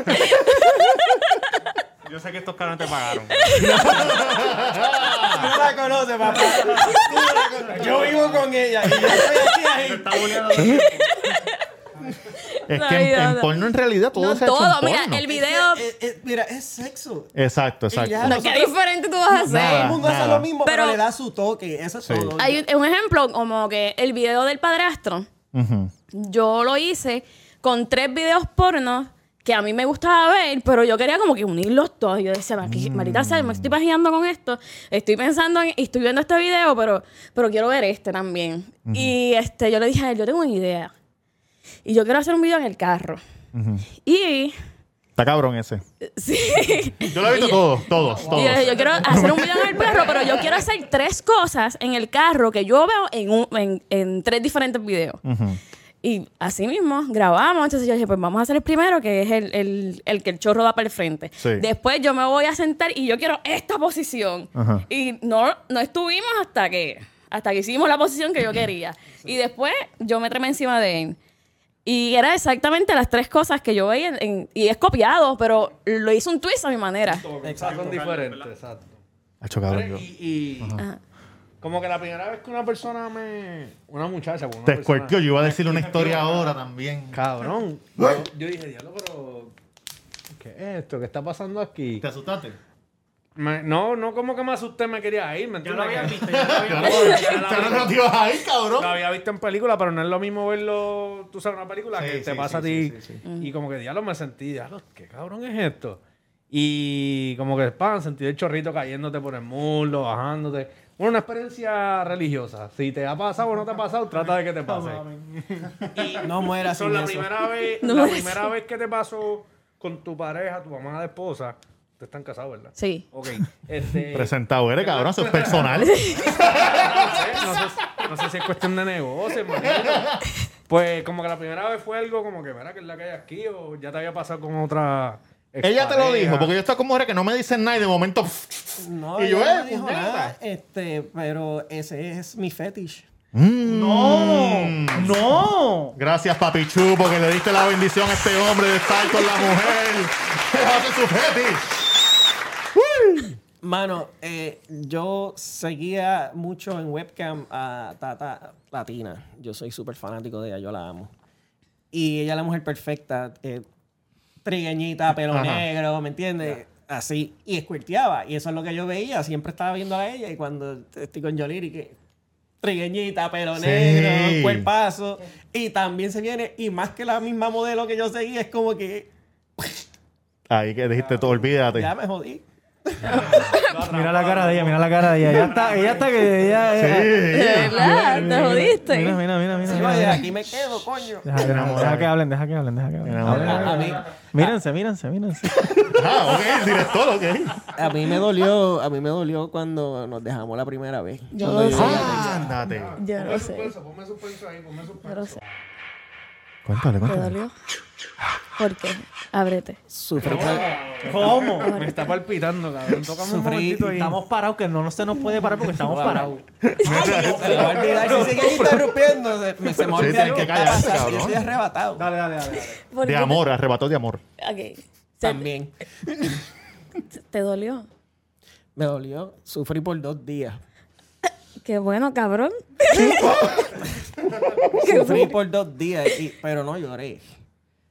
Yo sé que estos caras te pagaron.
Tú no la conoces, papá. Tú no la conoces. Yo vivo con ella y yo estoy aquí ahí.
Está bulleando.
Es
No,
que en,
no,
en
no.
porno en realidad todo
No
se ha hecho en
todo, mira,
porno.
el video.
Es que, eh, eh, mira, es sexo.
Exacto,
Y ya,
exacto.
No,
nosotros-
qué diferente tú vas a hacer.
todo el
Nada.
mundo hace
nada.
lo mismo, pero,
Pero-
le da su toque. Eso es
Sí.
todo.
Hay un, un ejemplo como que el video del padrastro.
Ujú.
Yo lo hice con tres videos pornos que a mí me gustaba ver, pero yo quería como que unirlos todos. Yo decía, "Mar- que- Marita, ¿sabes? me estoy pajeando con esto, estoy pensando en- y estoy viendo este video, pero, pero quiero ver este también. Y este, yo le dije a él, yo tengo una idea. Y yo quiero hacer un video en el carro. Y
Está cabrón ese.
sí.
Yo lo he visto todo, todos, todos.
Y yo, yo quiero hacer un video en el carro, pero yo quiero hacer tres cosas en el carro que yo veo en, un- en, en tres diferentes videos.
Ujú.
Y así mismo grabamos. Entonces yo dije, pues vamos a hacer el primero, que es el, el- el que el chorro da para el frente.
Sí.
Después yo me voy a sentar y yo quiero esta posición.
Ajá.
Y no, no estuvimos hasta que, hasta que hicimos la posición que yo quería. Y después yo me tremé encima de él. Y era exactamente las tres cosas que yo veía. en- en- y es copiado, pero lo hice un twist a mi manera.
Exacto. Son diferentes, exacto.
Hacho, cabrón, yo.
Y, y- como que la primera vez que una persona me. Una muchacha, pues, una
Te
persona-
escuerqueo, yo iba a decir una historia ahora también.
Cabrón. Yo, yo dije, diablo, pero. ¿Qué es esto? ¿Qué está pasando aquí?
¿Te asustaste?
Me- no, no como que me asusté, me quería ir, ¿me
Ya
entiendes?
lo había visto, ya lo había
Claro,
visto.
claro, no te ibas ahí, cabrón.
Lo había visto en película, pero no es lo mismo verlo, tú sabes, una película
Sí,
que te
sí,
pasa
sí,
a ti. Y como que diablo me sentí, diablo, qué cabrón es esto. Y como que pan, sentí el chorrito cayéndote por el muslo, bajándote. Bueno, una experiencia religiosa. Si te ha pasado o no te ha pasado, trata de que te pase.
No mueras
Son
sin
la
eso.
primera vez,
No
la
me
primera vez que te pasó con tu pareja, tu mamá de esposa, te están casados, ¿verdad?
Sí.
Ok. Este,
Presentado eres, cabrón, eso es personal.
no sé, si- no sé si es cuestión de negocio, imagínate. Pues como que la primera vez fue algo como que, mira, que es la que hay aquí, o ya te había pasado con otra.
Ella te lo
expareja.
dijo, porque yo estaba como era que no me dicen nada y de momento.
No,
Y yo,
ella no
eh,
me dijo
puñeta.
nada, este, pero ese es mi fetish.
¡No!
mm.
¡No!
Gracias, Papichu, porque le diste la bendición a este hombre de estar con la mujer. Déjate su fetish.
Mano, eh, yo seguía mucho en webcam a Tata Latina. Yo soy súper fanático de ella, yo la amo. Y ella es la mujer perfecta, eh, trigueñita, pelo
Ajá.
negro, ¿me entiendes? Así, y escuerteaba. Y eso es lo que yo veía, siempre estaba viendo a ella. Y cuando estoy con Yoliri, que trigueñita, pelo
Sí.
negro, cuerpazo. Y también se viene, y más que la misma modelo que yo seguía, es como que
Ahí que dijiste todo, olvídate.
ya me jodí.
Mira la cara de ella, mira la cara de ella. Ella está, ella está que ella. ella-
De verdad, te jodiste.
Mira, mira, mira, mira.
Sí,
mira,
vaya,
mira.
aquí me quedo, coño.
Deja, deja- deja que hablen, deja que hablen, deja que hablen.
Enamorada.
Hablen,
A- a
hablen.
mí-
Mírense, mírense, mírense.
Ah, ok, el director, ok.
A mí me dolió, a mí me dolió cuando nos dejamos la primera vez.
Yo
Cuando
lo sé.
Ah, ándate.
Yo no
Ponme
sé.
suspenso, ponme suspenso ahí, ponme suspenso.
Yo no sé.
Cuéntale,
¿Te dolió? ¿Por qué? Ábrete.
sufrí,
¿Cómo?
Me está palpitando, cabrón. Tócame un
Sufrí,
momentito ahí.
Estamos parados, que no, no se nos puede parar porque estamos parados.
se me va a olvidar. Si sigue interrumpiendo, se me, se me va a
Sí,
olvidar
tienes
qué
que
está
callarse,
pasando.
cabrón.
Yo estoy arrebatado.
Dale, dale, dale. dale.
¿Por
De
qué te-
amor, arrebató de amor.
Ok. Se-
También.
te- ¿Te dolió?
Me dolió. Sufrí por dos días.
Qué bueno, cabrón.
Sufrí por dos días, y- pero no lloré.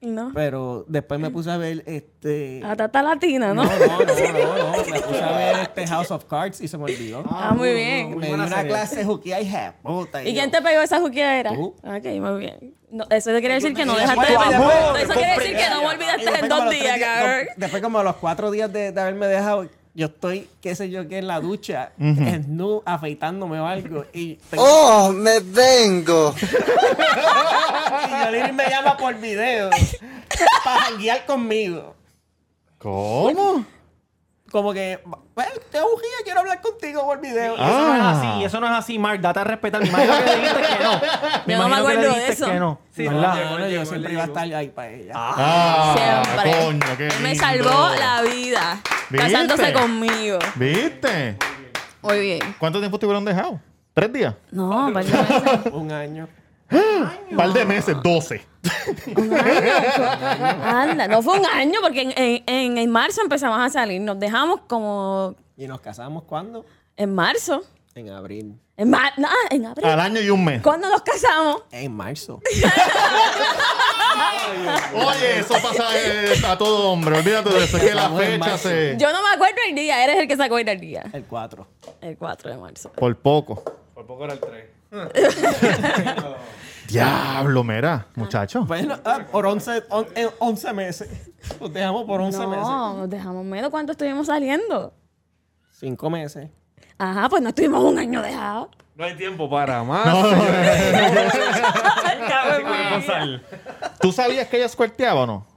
No.
Pero después me puse a ver este...
A tata latina, ¿no?
No, no, no, no, no. Me puse a ver este House of Cards y se me olvidó.
Ah, muy bien.
me dio una clase de juquía y puta.
¿Y quién te pegó esa juquera?
Tú.
Ok, muy bien. No, eso te quiere decir que no dejaste de
Después, después,
Eso quiere
después,
decir que no me
después,
olvidaste
después
en
como a los
dos
tres
días, cabrón.
no, Después, como a los cuatro días de, de haberme dejado, yo estoy, qué sé yo, que en la ducha, en nu, afeitándome o algo. Y, tengo-
¡Oh, me vengo!
y Yoliri me llama por video para janguear conmigo.
¿Cómo?
Como que, "Bueno, te bujía, quiero hablar contigo por video.
Eso no es
Ah.
así, eso no es así, Mark. Date a respetar. Me imagino que le dijiste que no.
Yo no me
imagino que le
acuerdo de
dijiste
eso.
Que no.
Sí,
No,
¿Verdad?
no,
llegó,
yo siempre
llegó.
iba a estar ahí para ella.
Ah,
Siempre.
coño, qué
Él me
lindo.
salvó la vida.
¿Viste?
Casándose conmigo.
¿Viste?
Muy bien.
¿Cuánto tiempo estuvieron dejados? ¿Tres días?
No, vale, vale.
Un año.
Un par de meses, doce.
un año. Anda, no fue un año porque en, en- en- en marzo empezamos a salir. Nos dejamos como
¿Y nos casamos cuándo?
en marzo.
En abril.
En, mar no, en abril.
Al año y un mes.
¿Cuándo nos casamos?
En marzo.
Oye, eso pasa eh, a todo hombre. Olvídate de eso. Es que la
Estamos en
fecha
marzo.
se.
Yo no me acuerdo el día. Eres el que se acuerda el día.
El 4.
El 4 de marzo.
Por poco.
Por poco era el 3.
Diablo, mira, muchacho.
Bueno, ah, por 11, on- eh, 11 meses. Los dejamos por 11 meses.
No, nos dejamos menos cuánto estuvimos saliendo.
5 meses.
Ajá, pues no estuvimos un año dejados.
No hay tiempo para
Ah,
más.
Ay, cabrón,
¿Tú sabías que ella squirteaba o no?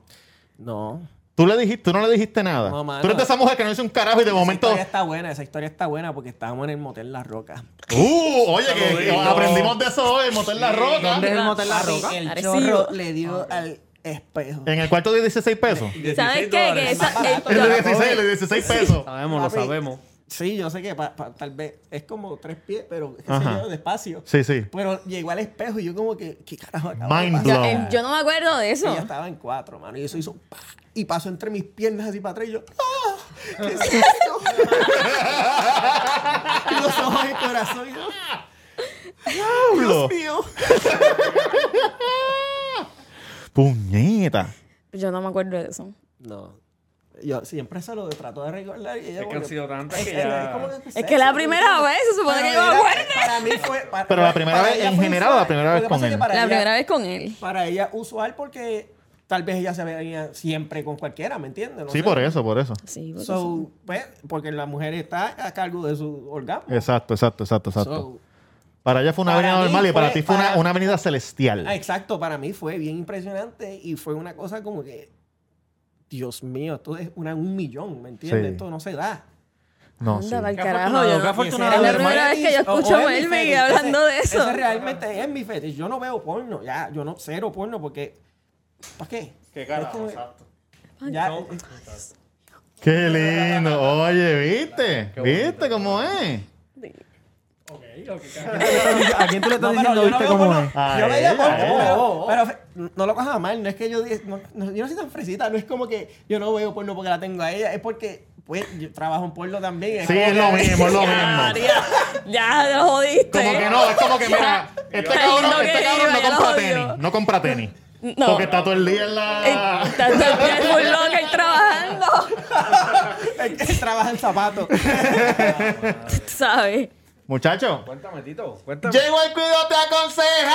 No.
Tú le dijiste, tú no le dijiste nada.
No, mano.
tú eres de esa mujer que no dice un carajo y de
Esa
momento.
historia está buena, esa historia está buena porque estábamos en el motel La Roca.
Uh, oye, que,
Saludito.
que aprendimos de eso hoy, motel la roca.
¿Dónde es el motel La
Papi,
Roca?
El
Arecibo.
chorro le dio al espejo.
En el cuarto de 16 pesos.
¿Sabes qué? Que esa- eh,
El de
yo-
16, el de 16 pesos.
Sabemos, lo
Papi.
sabemos.
Sí, yo sé que pa- pa- tal vez es como tres pies, pero qué sé
Ajá.
yo, despacio.
Sí, sí.
Pero llegó al espejo y yo como que, ¿qué carajo acaba de
Mind
pasar?
yo- eh,
blown.
yo no me acuerdo de
Y
eso.
ya estaba en cuatro, mano. Y eso hizo ¡pah! y pasó entre mis piernas así para atrás y yo, ¡ah! ¿Qué es esto? y los ojos del corazón y yo,
Diablo.
Dios mío.
Puñeta.
Yo no me acuerdo de eso.
No. Yo siempre se lo trato de recordar y
Es
ella
que
como
han sido tantas
es
que
que-
ya-
es como que-
Es que la primera vez, se supone
Para
que yo me
ella-
acuerde.
Para mí fue. para-
Pero la primera
para
vez,
ella
en
fue
general, o la
usual.
primera vez
Lo que pasa
con
es que
él.
para
La
ella-
primera vez con él.
Para ella, usual porque tal vez ella se venía siempre con cualquiera, ¿me entiendes? No
Sí,
sé.
por eso, por eso.
Sí, porque sí.
So, pues, porque la mujer está a cargo de su orgasmo.
Exacto, exacto, exacto, exacto.
So,
Para ella fue una
para
avenida
mí
normal y para
fue-
ti fue una,
para-
una avenida celestial.
ah, exacto, para mí fue bien impresionante y fue una cosa como que, Dios mío, esto es una, un millón, ¿me entiendes?
Sí.
Esto no se da.
no, sí.
Anda, pa'l
Qué
carajo.
afortunado,
yo
qué
no-
afortunado.
Es la
Hermano,
primera vez que yo
O- o
escucho a
es mi
Melvin
fetish.
hablando de
Ese-
eso.
Ese realmente es mi fetish. Yo no veo porno, ya. Yo no cero porno porque... ¿Para qué?
Qué
Es
carajo,
como-
exacto.
Ya, eh,
Qué lindo. Oye, ¿viste? ¿Viste cómo es?
¿A quién tú le estás
eh, No, pero
diciendo,
yo no
viste
veo
cómo
porno.
es?
Ah,
Yo veía
eh,
porno,
ah, eh.
pero, pero fe- no lo cojas a mal. No es que yo, di- no, no- yo no soy tan fresita. No es como que yo no veo porno porque la tengo a ella. Es porque pues, yo trabajo en porno también.
Sí,
como
es
que-
lo mismo, es lo mismo.
Ya lo jodiste.
Como que no, es como que mira, este
Ay,
cabrón,
no
este
que
cabrón
iba,
no
ya lo
compra
odio.
tenis, no compra tenis.
No.
Porque está todo el día en la...
Eh, Tanto el pie full loca y trabajando.
Es que trabaja en zapatos.
¿Sabes?
Muchacho,
Cuéntame, Tito. Cuéntame.
llegó el cuido, te aconseja.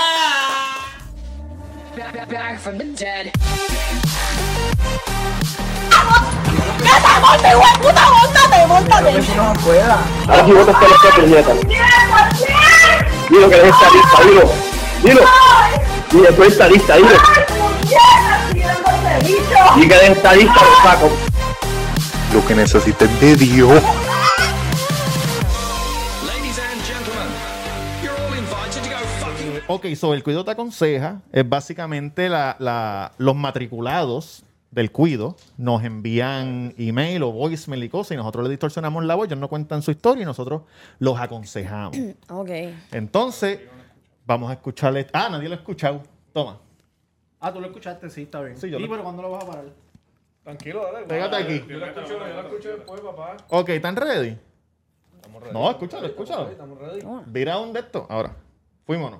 Ahora sí votas por esta puñeta. Dilo que eres estadista, dilo. Dilo. Dilo, soy estadista, dilo. Y que eres estadista, lo saco. Lo que necesites de Dios.
Eh, Ok, so el cuido te aconseja es básicamente la, la- los matriculados del cuido nos envían email o voicemail y cosas y nosotros le distorsionamos la voz, ellos no cuentan su historia y nosotros los aconsejamos.
Ok.
Entonces, vamos a escucharle. Ah, nadie lo ha escuchado. Toma,
Ah, tú lo escuchaste, sí, está bien.
Sí, yo lo-
pero ¿cuándo lo vas a parar?
Tranquilo, dale.
pégate aquí.
Yo la escucho, yo la escucho después, papá.
Ok, ¿están ready? No, escúchalo, escúchalo.
Estamos ready.
Vira un de esto. Ahora, fuímonos.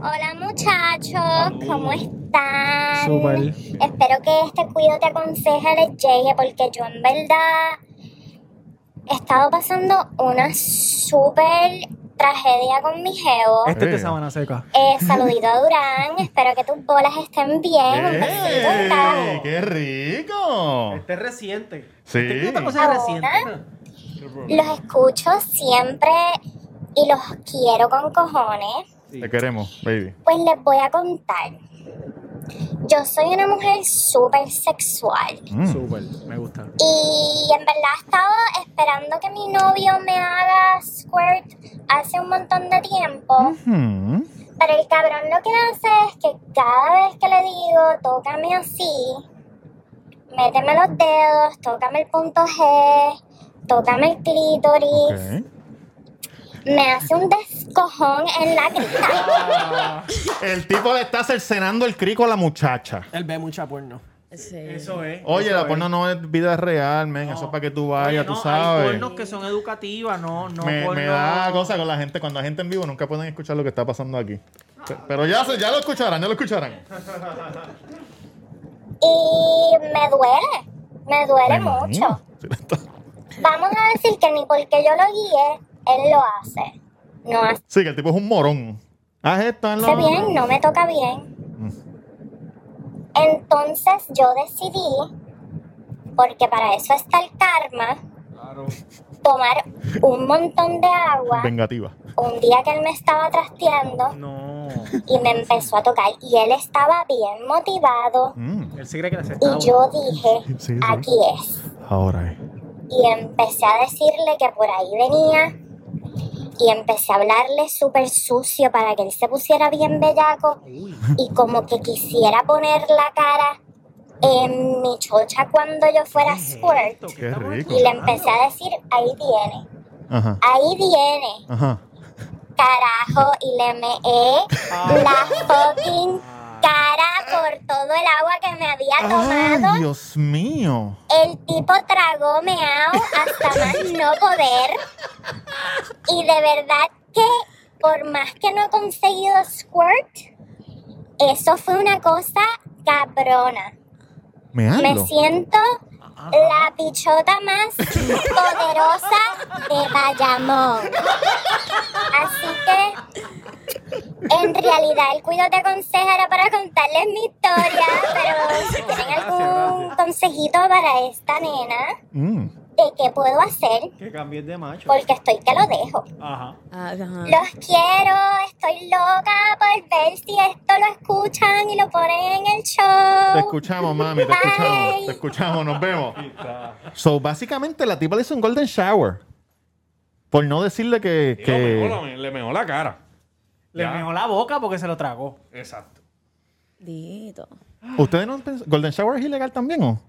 Hola muchachos, ¿cómo están?
Súper.
Espero que este cuido te aconseje les llegue porque yo en verdad he estado pasando una súper tragedia con mi geo.
Este es de
Eh.
Sabana Seca.
Eh, saludito a Durán, espero que tus bolas estén bien.
Eh.
Un besito en cada-
¡Ey! ¡Qué rico!
Este es reciente.
Sí.
Este es otra cosa es
Ahora.
reciente.
Los escucho siempre y los quiero con cojones.
Te queremos, baby.
Pues les voy a contar. Yo soy una mujer súper sexual.
Mm.
Súper, me gusta.
Y en verdad estaba esperando que mi novio me haga squirt hace un montón de tiempo.
Hmm.
Pero el cabrón lo que hace es que cada vez que le digo, tócame así, méteme los dedos, tócame el punto G, tócame el clítoris,
Ok.
me hace un descojón en la crita.
El tipo le está cercenando el crico a la muchacha.
Él ve mucha porno.
Sí.
Eso es.
Oye,
eso
la
es.
porno no es vida real, men. Eso es para que tú vayas,
Oye, no,
tú
Hay
sabes.
pornos que son educativas, no, no
me,
porno-
me da cosa con la gente. Cuando hay gente en vivo nunca pueden escuchar lo que está pasando aquí. Pe- Pero ya, se- ya lo escucharán, ya lo escucharán.
Y me duele, me duele
Me
mucho.
imagino. Sí, le está-
Vamos a decir que ni porque yo lo guíe, él lo hace. no hace
Sí, que el tipo es un morón. Haz esto, haz lo
hace bien, no me toca bien. Entonces yo decidí, porque para eso está el karma, tomar un montón de agua
Vengativa.
un día que él me estaba trasteando
No.
y me empezó a tocar y él estaba bien motivado
Mm,
Él se cree que las está.
y yo dije,
Sí, sí.
aquí es.
Ahora es.
Y empecé a decirle que por ahí venía y empecé a hablarle súper sucio para que él se pusiera bien bellaco y como que quisiera poner la cara en mi chocha cuando yo fuera squirt.
Qué rico.
Y le empecé a decir, ahí viene,
Ajá.
ahí viene,
Ajá.
carajo, y le meé la fucking cara por todo el agua que me había tomado.
Ay, Dios mío.
El tipo tragó meao hasta más no poder. Y de verdad que por más que no he conseguido squirt, eso fue una cosa cabrona.
Me
Me
hablo.
siento la pichota más poderosa de Bayamón. Así que en realidad el cuido te aconseja era para contarles mi historia, pero si tienen algún consejito para esta nena
Mm.
de qué puedo hacer,
Que cambies de macho.
porque estoy que lo dejo.
Ajá.
Ah, ajá.
Los quiero, estoy loca por ver si esto lo escuchan y lo ponen en el show.
Te escuchamos, mami, te
Bye.
escuchamos. Te escuchamos, nos vemos. So, básicamente, la tipa le hizo un golden shower. Por no decirle que.
Y lo
que-
mejor, la- le mejor la cara.
Le
Ya.
mejó la boca porque se lo tragó.
Exacto.
Dito.
¿Ustedes no han pensado- ¿Golden shower es ilegal también o?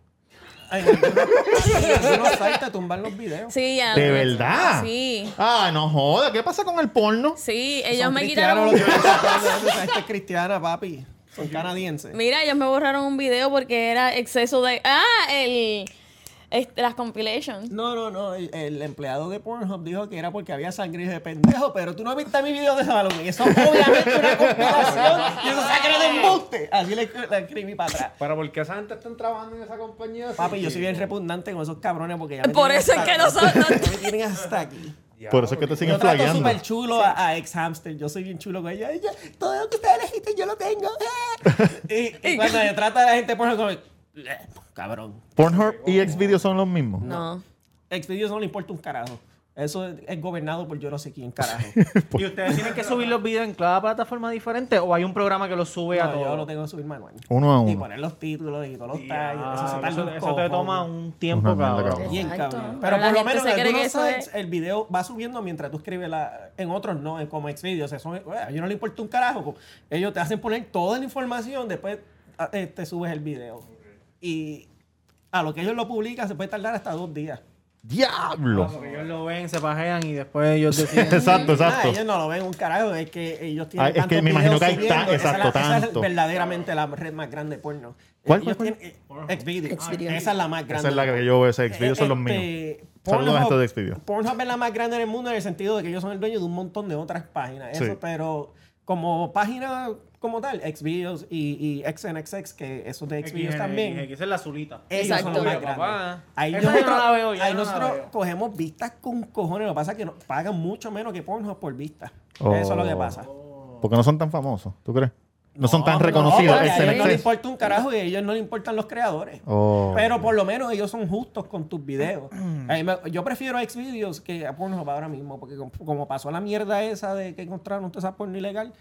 En algunos sites te tumban los videos.
Sí, ya.
¿De verdad?
Sí.
Ah, no joda. ¿Qué pasa con el porno?
Sí, ellos
Son
me
cristianos
quitaron.
los que están tumban. Esta es cristiana, papi. Son canadienses.
Mira, ellos me borraron un video porque era exceso de. Ah, el. este, las compilations.
No, no, no. El, el empleado de Pornhub dijo que era porque había sangre de pendejo, pero tú no viste mi video de Halloween. Eso es obviamente una conspiración. y eso sangre de embuste. Así le, le escribí para atrás.
Pero porque esa gente está trabajando en esa compañía. así
Papi, yo
que-
soy bien repugnante con esos cabrones porque ya me
Por
tienen
eso es
hasta
que no
aquí.
son-
Ya me tienen hasta aquí.
Por eso es que te siguen
Yo trato
flagueando.
súper chulo a, a ex hamster. Yo soy bien chulo con ella. Ella, todo lo que ustedes elegiste, yo lo tengo. Eh. y, y cuando me trata a la gente de Pornhub, como, "Eh, cabrón.
Pornhub y Xvideos son los mismos.
No.
Expedios no le importa un carajo. Eso es, es gobernado por yo no sé quién carajo.
¿Y ustedes tienen que subir los videos en cada plataforma diferente o hay un programa que los sube a
No, yo lo
todos?
tengo que subir manual.
Uno a
Y
uno.
poner los títulos y todos los tags.
Ah,
Eso se tarda
eso,
un
eso te
cojón.
toma un tiempo,
Una mierda,
cabrón.
cabrón.
Bien
Exacto.
cabrón.
Pero
Pero
la
por lo
gente
menos
se
en
cree que
algunos
eso
sites
es-
el video va subiendo mientras tú escribes la... En otros no, en como Xvideos. Eso, eh, a ellos no le importa un carajo. Ellos te hacen poner toda la información, después ah, eh, te subes el video. Y a lo que ellos lo publican se puede tardar hasta dos días.
¡Diablo!
Porque ellos lo ven, se pajean y después ellos deciden.
Exacto,
Nada,
exacto.
ellos no lo ven un carajo, es que ellos tienen.
Ah, es que
tantos
me imagino que hay
videos
tan-
subiendo, esa es la-
exacto,
esa es
tanto.
verdaderamente la red más grande de porno.
¿Cuál,
Ellos
cuál,
tienen- eh, Xvideos.
Xvideos.
Esa es la más grande.
Esa es la que yo veo. Ese Xvideos son los
Este,
míos. Saludos a
Pornhub-
gente de Xvideos.
Pornhub es la más grande del mundo en el sentido de que ellos son el dueño de un montón de otras páginas. Eso,
Sí.
pero como página como tal, Xvideos y, y XNXX, que eso de Xvideos también.
Esa es la azulita.
Ellos son los
Exacto.
más
Oye, papá.
grandes. Ahí
Esa yo
nosotros,
no la veo, yo
ahí
no la
nosotros
veo.
cogemos vistas con cojones. Lo que pasa es que nos pagan mucho menos que Pornhub por vistas.
Oh.
Eso es lo que pasa.
Porque no son tan famosos, ¿tú crees? No son tan
No,
reconocidos.
porque a ellos no les
XNXX.
importa un carajo y a ellos no les importan los creadores.
Oh.
Pero por lo menos ellos son justos con tus videos. A mí me- yo prefiero a Xvideos que a Pornhub ahora mismo, porque com- como pasó la mierda esa de que encontraron toda esa porno ilegal,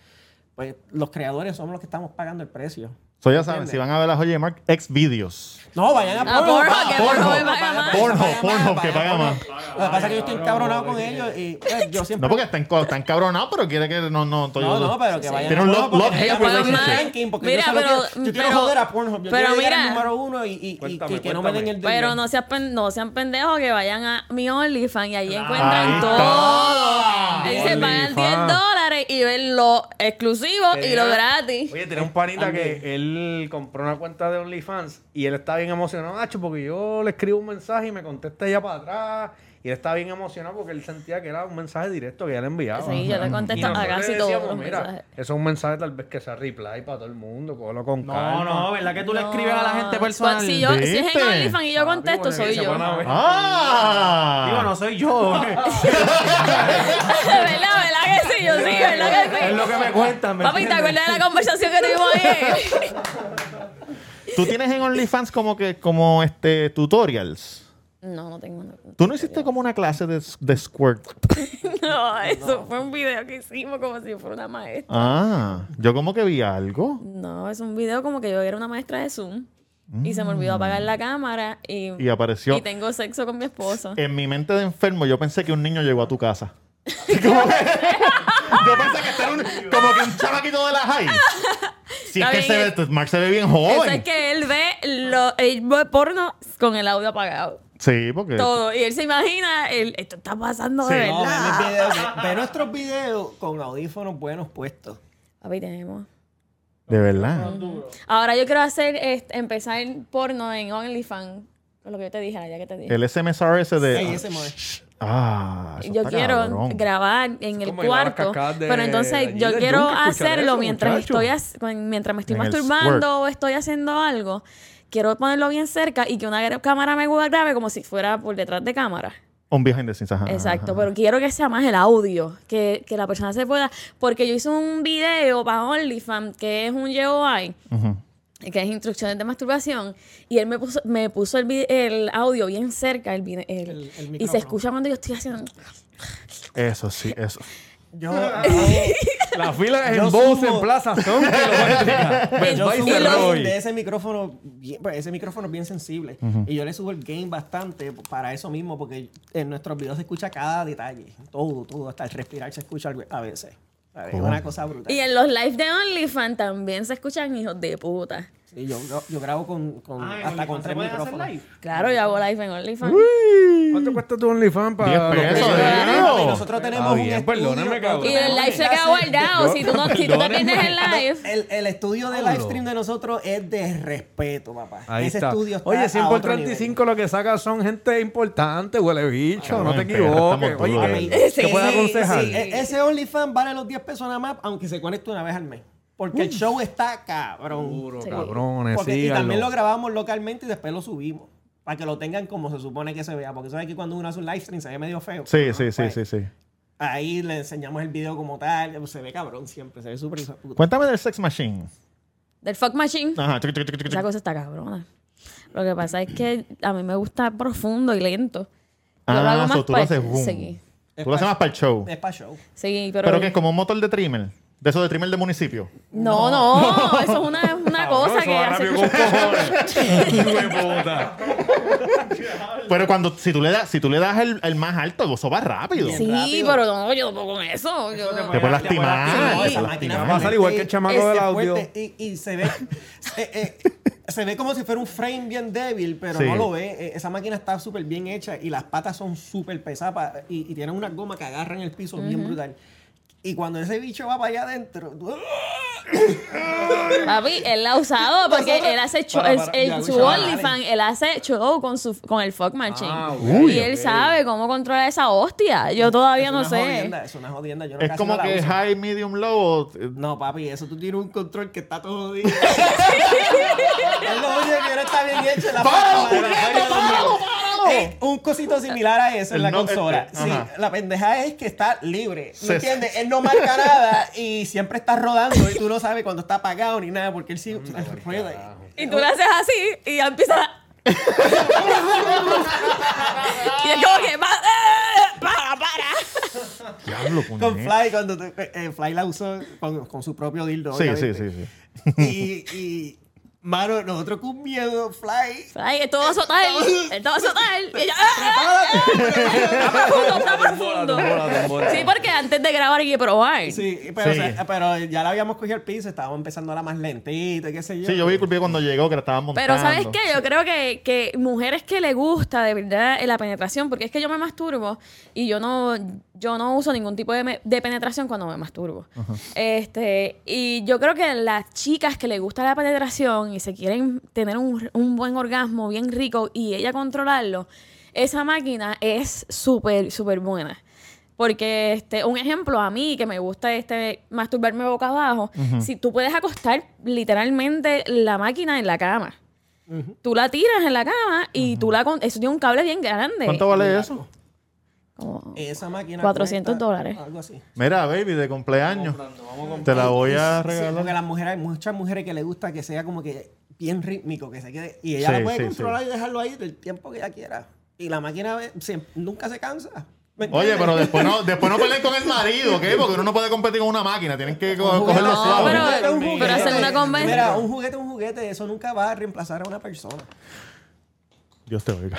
pues los creadores somos los que estamos pagando el precio.
So ya saben, si van a ver las joyas de Mark, Xvideos.
No, vayan a
Ah,
Pornhub.
Pornhub, que
Pornhub,
Pornhub paga más.
Pornhub,
Pornhub, Pornhub, que paga más.
Lo que pasa es que yo estoy encabronado con ellos y pues, yo siempre...
No, porque está, enco- está encabronado, pero quiere que no, no, estoy-
No, no, pero que vayan
Tiene un
a
love,
Pornhub,
love
porque
hate
ellos pagan
relationship.
más.
relationship.
ranking, porque
Mira,
yo, solo
pero-
quiero, yo quiero
pero-
joder a Pornhub. Yo
pero
quiero llegar al
mira-
número uno y, y- y- y
Cuéntame,
que no me den el
Pero
delay.
no sean, pen- no sean pendejos que vayan a mi OnlyFans y ahí
Ahí
encuentran
está.
todo. Ahí se
OnlyFans.
pagan 10 dólares y ven lo exclusivo y lo
Tenía-
gratis.
Oye, tenía un panita que él compró una cuenta de OnlyFans y él está bien emocionado, macho, porque yo le escribo un mensaje y me contesta ella para atrás Y él estaba bien emocionado porque él sentía que era un mensaje directo que ya le enviaba.
Sí, yo le contesto
Y
a
nosotros
casi
le
todos
decíamos,
los
"Mira,
mensajes.
Eso es un mensaje tal vez que sea reply para todo el mundo, cógelo con
No,
calma.
no, ¿verdad que tú le escribes a la gente
Pues,
personal?
Si, yo, si es
¿Viste?
en OnlyFans y yo contesto, soy yo. ¿Verdad,
¡Ah!
Digo, no soy yo.
verdad que sí? Yo sí, ¿verdad
es lo
que sí?
que me cuentan. ¿me
Papi, ¿te
entiendes?
acuerdas de la conversación que tuvimos ayer?
¿Tú tienes en OnlyFans como que como este tutorials?
No, no tengo. no-
¿Tú no hiciste como una clase de, de squirt?
No, eso fue un video que hicimos como si fuera una maestra.
Ah, yo como que vi algo.
No, es un video como que yo era una maestra de Zoom y se me olvidó apagar la cámara y,
Mm. Y apareció.
y tengo sexo con mi esposo.
En mi mente de enfermo, yo pensé que un niño llegó a tu casa. Como que- yo pensé que este era un, como que un chamaquito de la high. Si es
Está
que
bien,
se ve, pues,
es-
Mark se ve bien
Eso es
joven.
que él ve lo, el ve porno con el audio apagado.
Sí, porque.
Todo. Y él se imagina, él, esto está pasando de
Sí.
verdad.
No, ve, mis videos, ve- ve nuestros videos con audífonos buenos puestos.
Papi, tenemos.
De verdad.
Ahora yo quiero hacer, este, empezar porno en OnlyFans. Con lo que yo te dije, ya que te dije.
El SMSRS de.
ese modelo.
Ah, eso
yo
está
quiero
cabrón.
grabar en el
como ir a las
cuarto,
cascadas de-
pero entonces
allí
yo
del
quiero
Yunque, escuchar
hacerlo
eso,
mientras
muchacho.
estoy as- con- mientras me estoy
En el squirt.
masturbando o estoy haciendo algo. Quiero ponerlo bien cerca y que una gra- cámara me grabe como si fuera por detrás de cámara.
Un viaje de ciencias.
Exacto, pero quiero que sea más el audio, que, que la persona se pueda. Porque yo hice un video para OnlyFans que es un YOI, que es instrucciones de masturbación, y él me puso, me puso el, vi- el audio bien cerca, el, vide-
El-
el-
el
y se
micrófono.
escucha cuando yo estoy haciendo.
Eso sí, eso.
Yo,
Las filas
Yo
en Bose,
sumo-
en Plaza son kilométricas. Best
Yo
Buy
sumo-
subo
y lo-
cerró hoy.
de ese micrófono, bien- pues, ese micrófono es bien sensible. Y yo le subo el gain bastante para eso mismo, porque en nuestros videos se escucha cada detalle. Todo, todo. Hasta el respirar se escucha algo- a veces. A ver, Es una cosa brutal.
Y en los live de OnlyFans también se escuchan hijos de puta.
Sí, yo, yo, yo grabo con, con-
Ah,
hasta con
¿se
tres
pueden hacer
micrófonos.
live?
Claro, yo hago live en OnlyFans.
¿Cuánto cuesta tu OnlyFans para
10
los
pesos,
precios?
¿eh?
Claro, y nosotros tenemos
Ah,
un
bien,
estudio
perdóname,
con-
cabrón.
Y el live se queda guardado. Si tú no, si tú no tienes el live.
El, el estudio de live stream de nosotros es de respeto, papá.
Ahí
Ese
está.
estudio está
Oye, 100
a
por
otro
35 lo que saca son gente importante, huele bicho,
Cabrón,
no te
en perra estamos
equivoques. Oye,
duros,
¿qué,
eh.
qué
Sí,
puedes
sí,
aconsejar?
nivel. E- ese OnlyFans vale los 10 pesos nada más, aunque se conecte una vez al mes. Porque el show está cabrón.
Seguro, cabrones,
Porque- y
síganlo.
también lo grabamos localmente y después lo subimos. Para que lo tengan como se supone que se vea. Porque sabes que cuando uno hace un live stream se ve medio feo.
Sí, sí, sí,
Pues,
sí, sí.
Ahí le enseñamos el video como tal. Se ve cabrón siempre. Se ve súper hijo de puta.
Cuéntame del Sex Machine.
Del fuck machine.
Ajá. chuc, chuc, chuc, chuc,
Esa
chuc.
cosa está cabrona. Lo que pasa es que a mí me gusta profundo y lento. Yo lo hago
Ah,
más
so tú lo
pa-
haces boom.
Sí,
Tú lo haces más para el show.
Es para show.
sí, pero...
Pero que es como un motor de trimmer. De esos de trimmer de municipio.
No, no, eso es una, una cosa que hace...
Pero cuando, si tú le das, si tú le das el, el más alto, eso va rápido.
Sí,
rápido.
pero no, yo no puedo con eso. yo no-
Te puedes lastimar.
No,
te
esa
puedes
máquina
lastimar.
Va a pasar igual que el chamaco
es
del
fuerte
audio.
Y, y se ve eh, eh, se ve como si fuera un frame bien débil, pero
Sí.
no lo ve. Eh, Esa máquina está súper bien hecha y las patas son súper pesadas pa- y, y tienen una goma que agarran el piso bien brutal. Y cuando ese bicho va para allá adentro, tú- ¡ah!
Papi, él la ha usado porque
Nosotros-
él hace show,
Para, para,
el-
ya,
su
ya, dale.
OnlyFans, él hace show con, su, con el fuck machine.
Ah,
y él sabe cómo controlar esa hostia. Yo
es
todavía no
una
sé.
jodienda, es una jodienda. Yo no
Es
casi
como
no la
que
uso.
high, medium, low. o-
No, papi, eso tú tienes un control que está todo jodido. es lo único que no está bien hecho. La
¡Páralo,
pata-
puñeta,
Ay, Dios mío.
páralo,
Eh, un cosito similar a eso en
El
la
no-
consola.
este,
sí,
ajá.
la pendeja es que está libre. ¿Me
Se-
entiendes? Él no marca nada y siempre está rodando y tú no sabes cuando está apagado ni nada porque él
Mm,
sí rueda.
Y tú le haces así y ya empieza. a- y es como que. va- ¡Eh! ¡Para, para!
Diablo,
Con
puñeta.
Fly, cuando te- eh, Fly la usó con, con su propio dildo.
Sí, sí,
obviamente.
sí, sí.
Y, y, mano, nosotros con miedo, Fly.
Ay, esto va a azotar. Esto va a azotar. Y "Ah, ella. ¡Eh, eh, eh! Está profundo, está profundo. Sí, porque antes de grabar hay que probar.
Sí, pero, o
Sí.
sea, pero ya la habíamos cogido el piso, estábamos empezando a la más lentita, qué sé yo.
Sí, yo vi el video cuando llegó que la estaban montando.
Pero ¿sabes qué? Yo creo que, que mujeres que le gusta de verdad eh, la penetración, porque es que yo me masturbo y yo no, yo no uso ningún tipo de, me- de penetración cuando me masturbo. este Y yo creo que las chicas que le gusta la penetración y se quieren tener un, un buen orgasmo bien rico y ella controlarlo, Esa máquina es súper, súper buena. Porque, este, un ejemplo, a mí que me gusta este masturbarme boca abajo, si tú puedes acostar literalmente la máquina en la cama. Tú la tiras en la cama y tú la... Con... Eso tiene un cable bien grande.
¿Cuánto vale eso?
Como-
Esa máquina.
400
cuesta
dólares.
Algo así.
Mira, baby, de cumpleaños. Te la voy a
Sí,
regalar.
porque las mujeres, hay muchas mujeres que les gusta que sea como que bien rítmico, que se quede. Y ella
Sí,
la puede
sí,
controlar y dejarlo ahí del tiempo que ella quiera. Y la máquina ve- se- nunca se cansa. ¿Me
Oye,
entiendes?
pero después no, después no peleen con el marido, ¿ok? Porque uno no puede competir con una máquina. Tienen que co- cogerlo
No,
suave.
pero-
juguete es un
pero
juguete.
hacen una convención.
Mira, un juguete es un juguete, eso nunca va a reemplazar a una persona.
Dios te oiga.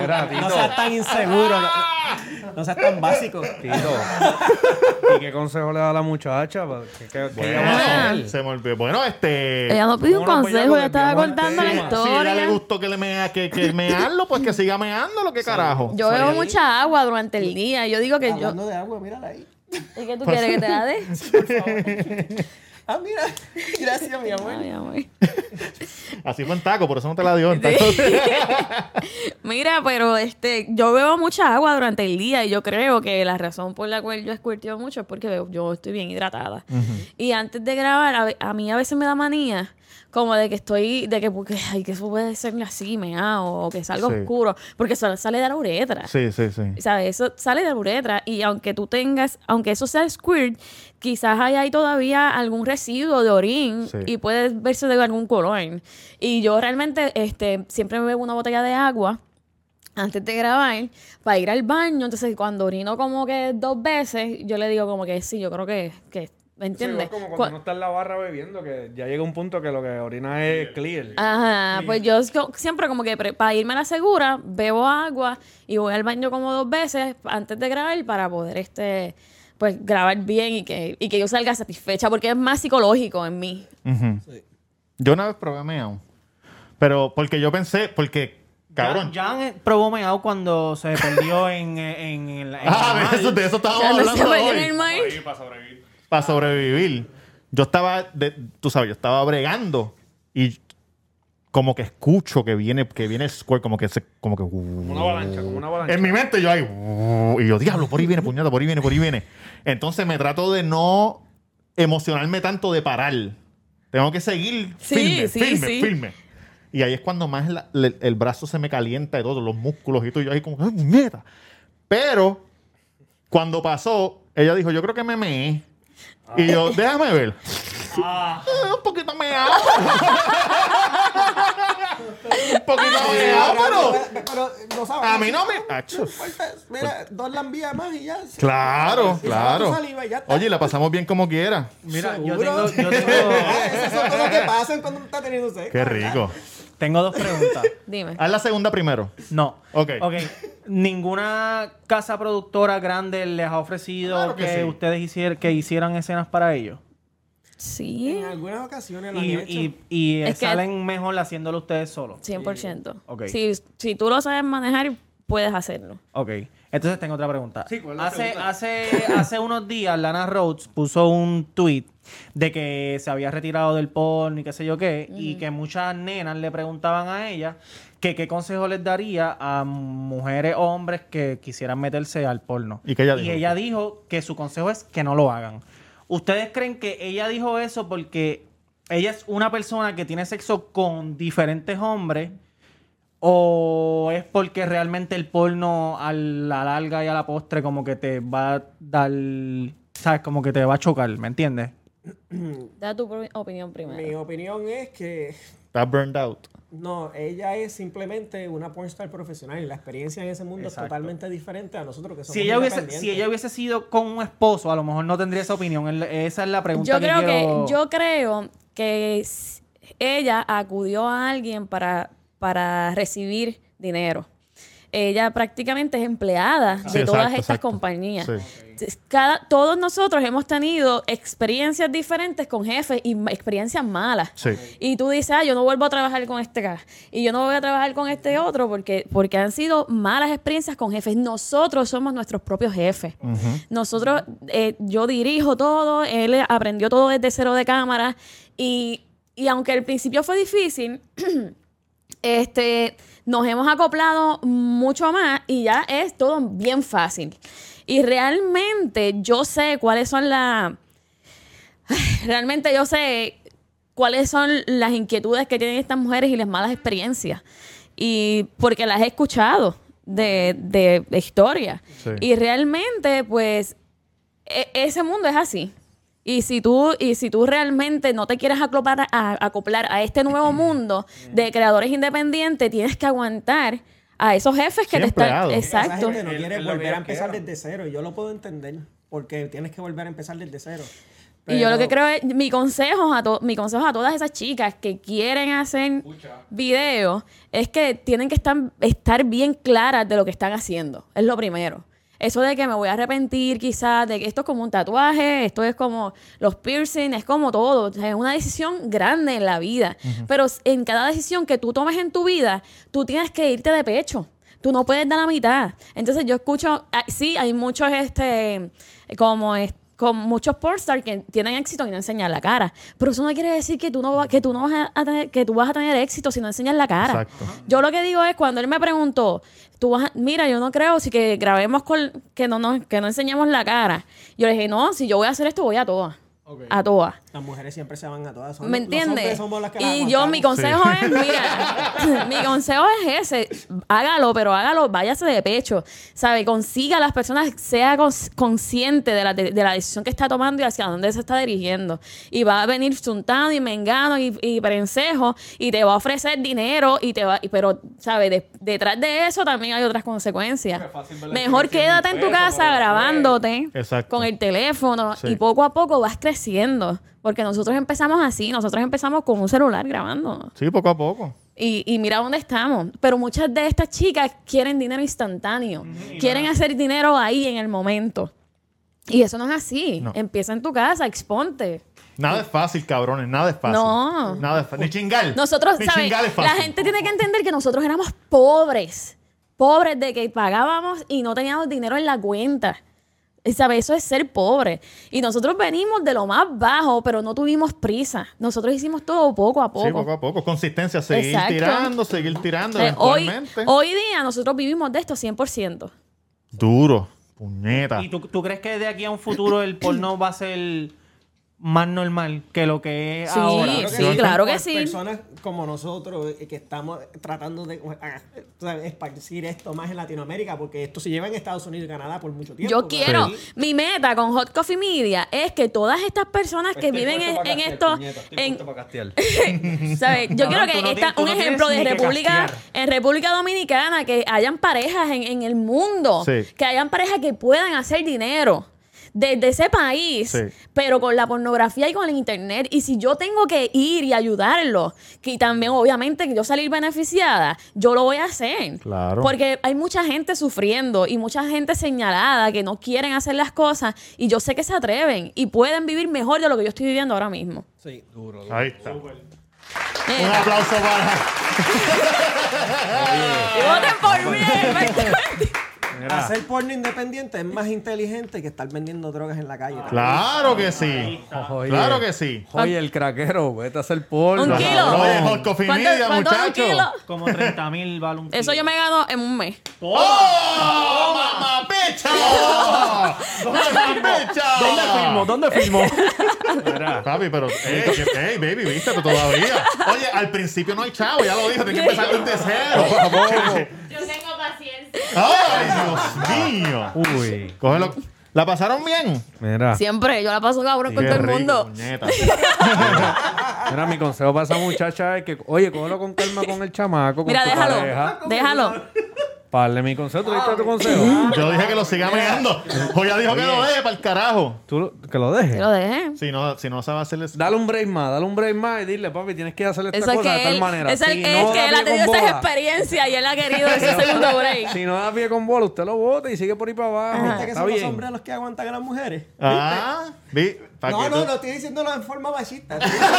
Mira, Tito.
No seas tan inseguro, no, no seas tan básico.
Tito. ¿Y qué consejo le da a la muchacha? ¿Qué, qué- qué ella va a
Ah,
hacer?
Bueno, se me olvidó. Bueno, este...
Eh,
Ella no pidió un
Vámonos, pues, ya
consejo,
nos
ya estaba
desviamos del
contando la
este.
tema.
Si a ella le
historia.
gustó que le mea, que, que mearlo, pues que siga meándolo, ¿qué carajo?
Yo bebo mucha agua durante el día. Yo digo que yo...
Hablando de agua, mírala ahí.
¿Y qué tú quieres que te la dé?
Ah, mira. Gracias, mi amor.
Ay, amor.
Así fue en taco, por eso no te la dio en taco.
Mira, pero este, yo bebo mucha agua durante el día y yo creo que la razón por la cual yo he squirteado mucho es porque bebo- yo estoy bien hidratada. Y antes de grabar, a, ve- a mí a veces me da manía como de que estoy, de que porque, ay, que eso puede ser así, me hago, o que es algo
Sí.
oscuro, porque eso sale de la uretra.
Sí, sí, sí.
¿Sabes? Eso sale de la uretra y aunque tú tengas, aunque eso sea squirt, quizás haya ahí todavía algún residuo de orín
Sí.
y puede verse de algún color. Y yo realmente este, siempre me bebo una botella de agua antes de grabar para ir al baño. Entonces, cuando orino como que dos veces, yo le digo como que sí, yo creo que, que ¿me
Sí, igual
entiendes?
como cuando
Cua-
uno está en la barra bebiendo, que ya llega un punto que lo que orina es clear.
Ah.
Ajá, pues yo es co- siempre como que pre- para irme a la segura, bebo agua y voy al baño como dos veces antes de grabar para poder este pues grabar bien y que, y que yo salga satisfecha porque es más psicológico en mí.
Ujú. Yo una vez probé meao. Pero porque yo pensé, porque, cabrón.
Jan, Jan eh, probó meao cuando se perdió en, eh, en, en la- en el
Ah,
mar.
de eso, de eso estábamos
O sea, no se
hablando
puede en
hoy.
el mar.
Ahí para sobrevivir.
Para sobrevivir. Yo estaba, de- tú sabes, yo estaba bregando y como que escucho que viene, que viene Square, como que se, como que. uh.
Como una avalancha, como una avalancha.
En mi mente yo ahí, "Uh", y yo, diablo, por ahí viene, puñeta, por ahí viene, por ahí viene. Entonces me trato de no emocionarme tanto de parar. Tengo que seguir
Sí,
firme,
sí,
firme,
sí.
firme. Y ahí es cuando más la- le- el brazo se me calienta y todo, los músculos y todo. Y yo ahí como, ¡ay, puñeta! Pero cuando pasó, ella dijo, yo creo que me meé. Y
Ah.
yo, déjame ver. Eh, Un poquito meado. Un poquito meado, pero...
pero, pero no sabes.
A mí no me. Acho.
Mira, dos lambías más y ya.
Claro,
Sí,
claro.
saca tu saliva y ya está.
Oye, la pasamos bien como quiera.
Mira, yo
¿Seguro?
tengo, yo tengo,
Ah, Esas son cosas que pasan cuando uno está teniendo sexo.
Qué rico.
tengo dos preguntas.
Dime.
Haz la segunda primero.
No.
Ok.
Ok. Ninguna casa productora grande les ha ofrecido
Claro que
que,
sí.
ustedes hicier- que hicieran escenas para ellos.
Sí,
En algunas ocasiones lo han
Y,
hecho.
y, y, eh,
Es que-
salen mejor haciéndolo ustedes solos.
100%.
Ok.
Si, si tú lo sabes manejar, puedes hacerlo.
Ok. Entonces tengo otra pregunta.
Sí, ¿cuál es la
hace,
pregunta?
Hace, hace unos días Lana Rhodes puso un tweet de que se había retirado del porno y qué sé yo qué, y que muchas nenas le preguntaban a ella que qué consejo les daría a mujeres o hombres que quisieran meterse al porno.
¿Y qué ella dijo?
dijo que su consejo es que no lo hagan. ¿Ustedes creen que ella dijo eso porque ella es una persona que tiene sexo con diferentes hombres? ¿O es porque realmente el porno a la larga y a la postre como que te va a dar, sabes, como que te va a chocar, ¿me entiendes?
Da tu pro- opinión primero.
Mi opinión es que
Está burned out.
no, ella es simplemente una pornstar profesional y la experiencia en ese mundo
Exacto.
es totalmente diferente a nosotros que somos
Si ella, hubiese,
independientes.
si ella hubiese sido con un esposo, a lo mejor no tendría esa opinión. El- Esa es la pregunta
Yo
que
creo
quiero-
que, yo creo que s- ella acudió a alguien para, para recibir dinero. Ella prácticamente es empleada de
exacto,
todas estas
exacto.
compañías.
Sí.
Cada, todos nosotros hemos tenido experiencias diferentes con jefes y ma- experiencias malas.
Sí.
Y tú dices, ah, yo no vuelvo a trabajar con este acá. Y yo no voy a trabajar con este otro porque, porque han sido malas experiencias con jefes. Nosotros somos nuestros propios jefes. Nosotros, eh, yo dirijo todo, él aprendió todo desde cero de cámara. Y, y aunque al principio fue difícil, este, nos hemos acoplado mucho más y ya es todo bien fácil. Y realmente yo sé cuáles son las... Realmente yo sé cuáles son las inquietudes que tienen estas mujeres y las malas experiencias. Y porque las he escuchado de, de, de historia.
Sí.
Y realmente, pues, e- ese mundo es así. Y si tú, y si tú realmente no te quieres acoplar a, acoplar a este nuevo mundo de creadores independientes, tienes que aguantar a esos jefes que
Siempre
te están.
hago.
Esa
Exacto.
gente no
Es-
quiere
es lo que
volver
yo
a empezar
quiero.
desde cero. y Yo lo puedo entender porque tienes que volver a empezar desde cero.
Y yo lo que
Pero-
creo es, mi consejo a to- mi consejo a todas esas chicas que quieren hacer videos es que tienen que estar, estar bien claras de lo que están haciendo. Es lo primero. Eso de que me voy a arrepentir quizás, de que esto es como un tatuaje, esto es como los piercings, es como todo. O sea, es una decisión grande en la vida. Pero s- en cada decisión que tú tomes en tu vida, tú tienes que irte de pecho. Tú no puedes dar la mitad. Entonces yo escucho, ah, sí, hay muchos, este, como es- con muchos pornstars que tienen éxito y no enseñan la cara. Pero eso no quiere decir que tú no, va- que tú no vas a- a tener, que tú vas a tener éxito si no enseñas la cara.
Exacto.
Yo lo que digo es cuando él me preguntó, tú vas, a- mira, yo no creo si que grabemos con, que no nos, que no enseñemos la cara. Yo le dije, no, si yo voy a hacer esto, voy a todas. A todas.
Las mujeres siempre se van a todas. Son-
¿Me
los hombres
entiendes?
somos las que la
Y yo, mi
aguantamos.
consejo es, mira, mi consejo es ese, hágalo, pero hágalo, váyase de pecho, ¿sabe? Consiga a las personas, sea cons- consciente de la, de, de la decisión que está tomando y hacia dónde se está dirigiendo. Y va a venir Zuntano y Mengano y, y Perencejo y te va a ofrecer dinero, y te va, y- pero, ¿sabe? De- detrás de eso también hay otras consecuencias. Mejor quédate en tu casa grabándote
Exacto.
con el teléfono
Sí.
y poco a poco vas creciendo. Porque nosotros empezamos así, nosotros empezamos con un celular grabando.
Sí, poco a poco.
Y, y mira dónde estamos. Pero muchas de estas chicas quieren dinero instantáneo, quieren hacer dinero ahí en el momento. Y eso no es así.
No.
Empieza en tu casa, exponte.
Nada es fácil, cabrones, nada es fácil.
No.
Nada es fácil. Ni chingar.
Nosotros,
Ni
¿sabes?
chingar es
La
fácil.
gente tiene que entender que nosotros éramos pobres. Pobres de que pagábamos y no teníamos dinero en la cuenta. ¿Sabes? Eso es ser pobre. Y nosotros venimos de lo más bajo, pero no tuvimos prisa. Nosotros hicimos todo poco a poco.
Sí, poco a poco. Consistencia, seguir
Exacto.
tirando, seguir tirando.
Eh, hoy,
eventualmente.
hoy día nosotros vivimos de esto 100%.
Duro. Puñeta.
Ah. ¿Y tú, tú crees que de aquí a un futuro el porno va a ser más normal que lo que es
Sí.
ahora?
Claro que
Creo
sí,
son
claro
por
que sí.
Personas como nosotros eh, que estamos tratando de ah, ¿sabes? esparcir esto más en Latinoamérica porque esto se lleva en Estados Unidos y Canadá por mucho tiempo.
Yo
pero
quiero,
aquí-
mi meta con Hot Coffee Media es que todas estas personas que viven en, en estos, en, ¿Sabes? Yo
Cabrón,
creo que
tú no
está
tienes- tú
un
no tienes
ejemplo de
ni que
República,
castear.
en República Dominicana, que hayan parejas en, en el mundo,
Sí.
que hayan parejas que puedan hacer dinero desde ese país,
Sí.
pero con la pornografía y con el internet. Y si yo tengo que ir y ayudarlos, que también obviamente que yo salir beneficiada, yo lo voy a hacer.
Claro.
Porque hay mucha gente sufriendo y mucha gente señalada que no quieren hacer las cosas y yo sé que se atreven y pueden vivir mejor de lo que yo estoy viviendo ahora mismo.
Sí.
Ahí está.
Eh,
Un aplauso para.
Voten por mí.
Hacer porno independiente es más inteligente que estar vendiendo drogas en la calle.
Claro que sí. Claro que sí.
Oye, el craquero, vete a hacer porno.
Un kilo.
cabrón.
Oye, Hot Coffee
¿Cuánto-
Media,
cuánto es un
muchachos.
kilo?
Como 30 mil vale un
Eso
kilo.
yo me gano en un mes.
¡Oh, mamapecha!
¿Dónde firmo?
¡Mamapecha!
¿Dónde firmo?
Mira,
Papi, pero, ey, que- ey, baby, viste, pero todavía. Oye, al principio no hay chavo, ya lo dije, tengo que empezar desde cero.
Yo tengo paciencia.
¡Ay, Dios mío!
Uy.
Cógelo. ¿La pasaron bien?
Mira,
Siempre, yo la paso cabrón con todo el mundo.
puñeta.
mira, mi consejo para esa muchacha es que, oye, cógelo con calma con el chamaco. Con
Mira,
tu
déjalo.
Pareja.
Déjalo.
Parle mi consejo, tú
Ah,
diste tu consejo.
Yo dije que lo siga mirando. O ya dijo que lo deje para el carajo.
Tú lo- que lo dejes.
Que lo deje.
Si no, si no se va a hacer el-
Dale un break más, dale un break más y dile, papi, tienes que hacer esta
Eso es
cosa de
que
tal
él,
manera.
es, el-
Si
es
no
que
da
él ha
pie
tenido
con
esas
bola,
experiencias y él ha querido ese segundo break.
Si no da pie con bola,
Ah,
usted lo bota y sigue por ahí para abajo.
¿Viste que
Está
son los
bien.
hombres los que aguantan a las mujeres?
Ah, vi, Pa'
no,
que
no,
tú-
no estoy diciéndolo en forma machista. Estoy diciendo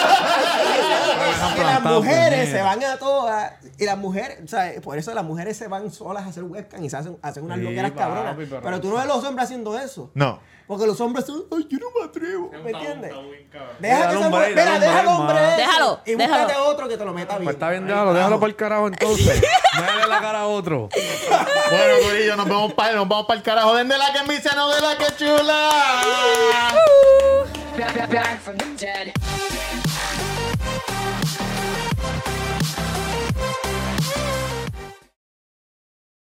que las mujeres se van a todas. Y las mujeres, o sea, por eso las mujeres se van solas a hacer webcam y se hacen, hacen unas
Sí,
loqueras
papi,
cabronas.
pero-
Pero, tú no ves a los hombres haciendo eso.
No.
Porque los hombres son, ay, yo no me atrevo. ¿Me entiendes?
Dale
Deja que
un
esa mujer,
break, dale
mira,
un break,
déjalo, hombre.
mano.
ese,
Déjalo,
Y búscate a
déjalo.
otro que te lo meta bien.
Pues está bien, déjalo, déjalo para el carajo entonces. Dale la cara a otro.
Bueno, Corillo, nos vemos para nos vamos para el carajo. Den de la que envicia, no de la que chula.
Back, back, back from the dead.